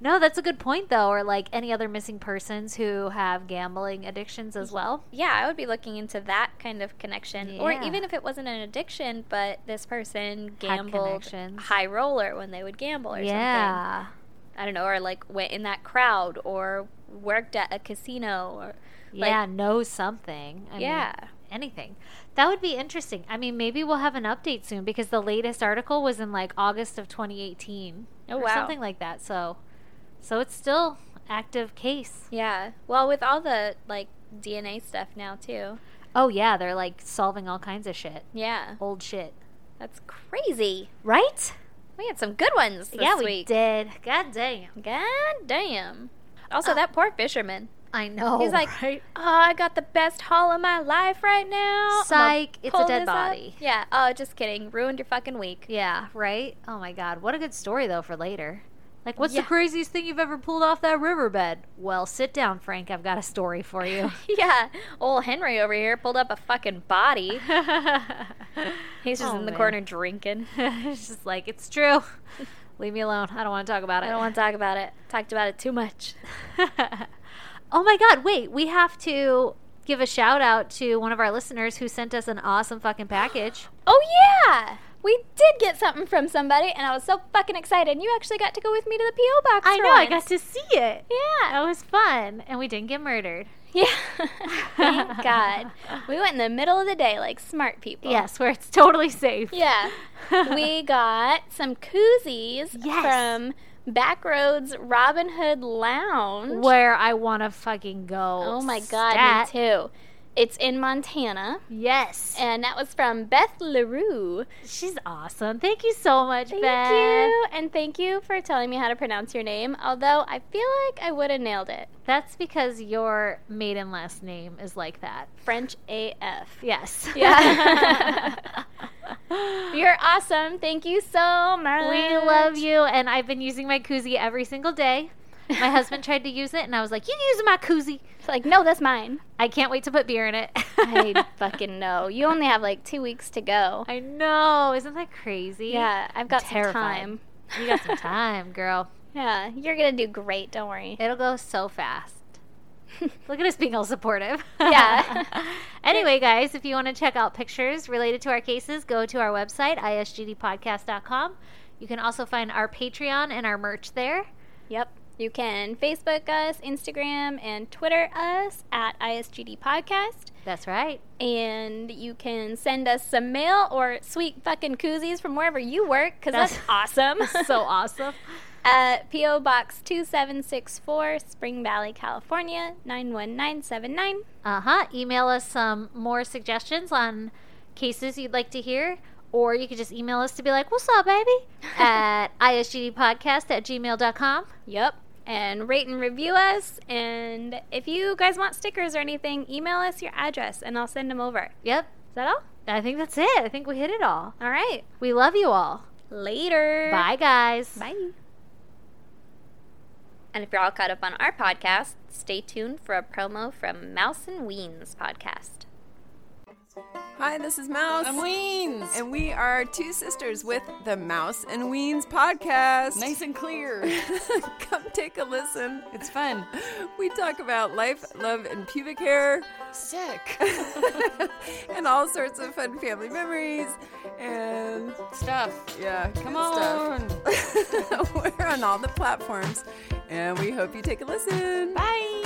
S1: No, that's a good point though. Or like any other missing persons who have gambling addictions as well.
S2: Yeah, I would be looking into that kind of connection. Or
S1: Yeah.
S2: even if it wasn't an addiction, but this person gambled
S1: connections.
S2: high roller when they would gamble or something.
S1: yeah.
S2: I don't know, or like went in that crowd or worked at a casino or like-
S1: yeah. Know something. I mean,
S2: yeah.
S1: anything. That would be interesting. I mean, maybe we'll have an update soon because the latest article was in like August of 2018
S2: Oh,
S1: or
S2: wow.
S1: something like that. So, so it's still active case.
S2: Yeah. Well, with all the like DNA stuff now too.
S1: Oh yeah, they're like solving all kinds of shit,
S2: Yeah.
S1: old shit,
S2: That's crazy.
S1: right?
S2: We had some good ones this
S1: yeah, we
S2: week.
S1: did. God damn.
S2: God damn. Also, that poor fisherman.
S1: I know.
S2: He's like,
S1: Oh. right?
S2: oh, I got the best haul of my life right now. I'ma
S1: Psych, it's a
S2: pull
S1: dead
S2: this up."
S1: body.
S2: Yeah. Oh, just kidding. Ruined your fucking week.
S1: yeah, right. Oh my god, what a good story though for later. Like, what's
S2: Yeah.
S1: the craziest thing you've ever pulled off that riverbed? Well, sit down, Frank. I've got a story for you.
S2: Yeah. Old Henry over here pulled up a fucking body. He's just
S1: Oh,
S2: in the
S1: man.
S2: corner drinking.
S1: it's just like it's true. Leave me alone. I don't want to talk about it.
S2: I don't want to talk about it. Talked about it too much.
S1: oh my god! Wait, we have to give a shout out to one of our listeners who sent us an awesome fucking package.
S2: Oh yeah. We did get something from somebody, and I was so fucking excited. And you actually got to go with me to the PO box. for once.
S1: to see it.
S2: Yeah.
S1: That was fun, and we didn't get murdered.
S2: Yeah. Thank God. We went in the middle of the day like smart people.
S1: Yes, where it's totally safe.
S2: Oh. Yeah. we got some koozies
S1: Yes.
S2: from Backroads Robin Hood Lounge.
S1: Where I want to fucking go.
S2: Oh my God,
S1: Stat.
S2: me too. It's in Montana,
S1: Yes.
S2: and that was from Beth LaRue.
S1: She's awesome. Thank you so much,
S2: Thank
S1: Beth.
S2: you, and thank you for telling me how to pronounce your name, although I feel like I would have nailed it.
S1: That's because your maiden last name is like that.
S2: French AF.
S1: Yes.
S2: Yeah.
S1: we
S2: You're awesome. Thank you so much.
S1: love you, and I've been using my koozie every single day. My husband tried to use it, and I was like, "You using my koozie?
S2: It's like, no, that's mine.
S1: I can't wait to put beer in it."
S2: I fucking know. You only have like two weeks to go.
S1: I know. Isn't that crazy?
S2: Yeah, I've got
S1: terrified.
S2: some time.
S1: you got some time, girl.
S2: yeah, you're gonna do great. Don't worry.
S1: It'll go so fast. Look at us being all supportive.
S2: Yeah.
S1: anyway, guys, if you want to check out pictures related to our cases, go to our website, isgdpodcast.com. You can also find our Patreon and our merch there.
S2: Yep. You can Facebook us, Instagram, and Twitter us at ISGD Podcast.
S1: That's right.
S2: And you can send us some mail or sweet fucking koozies from wherever you work because that's,
S1: That's-
S2: awesome.
S1: so awesome.
S2: at P.O. Box 2764, Spring Valley, California, 91979.
S1: Uh huh. Email us some more suggestions on cases you'd like to hear, or you could just email us to be like, what's up, baby? at isgdpodcast at gmail.com.
S2: Yep. And rate and review us. And if you guys want stickers or anything, email us your address and I'll send them over.
S1: Yep.
S2: Is that all?
S1: I think that's it. I think we hit it all.
S2: All right.
S1: We love you all.
S2: Later.
S1: Bye, guys.
S2: Bye. And if you're all caught up on our podcast, stay tuned for a promo from Mouse and Weens podcast.
S4: Hi, this is Mouse.
S5: I'm Weens.
S4: And we are two sisters with the Mouse and Weens podcast.
S5: Nice and clear.
S4: Come take a listen.
S5: It's fun.
S4: We talk about life, love, and pubic hair,
S5: Sick.
S4: and all sorts of fun family memories. And
S5: Stuff.
S4: yeah,
S5: Come
S4: good stuff.
S5: on.
S4: We're on all the platforms, and we hope you take a listen.
S5: Bye.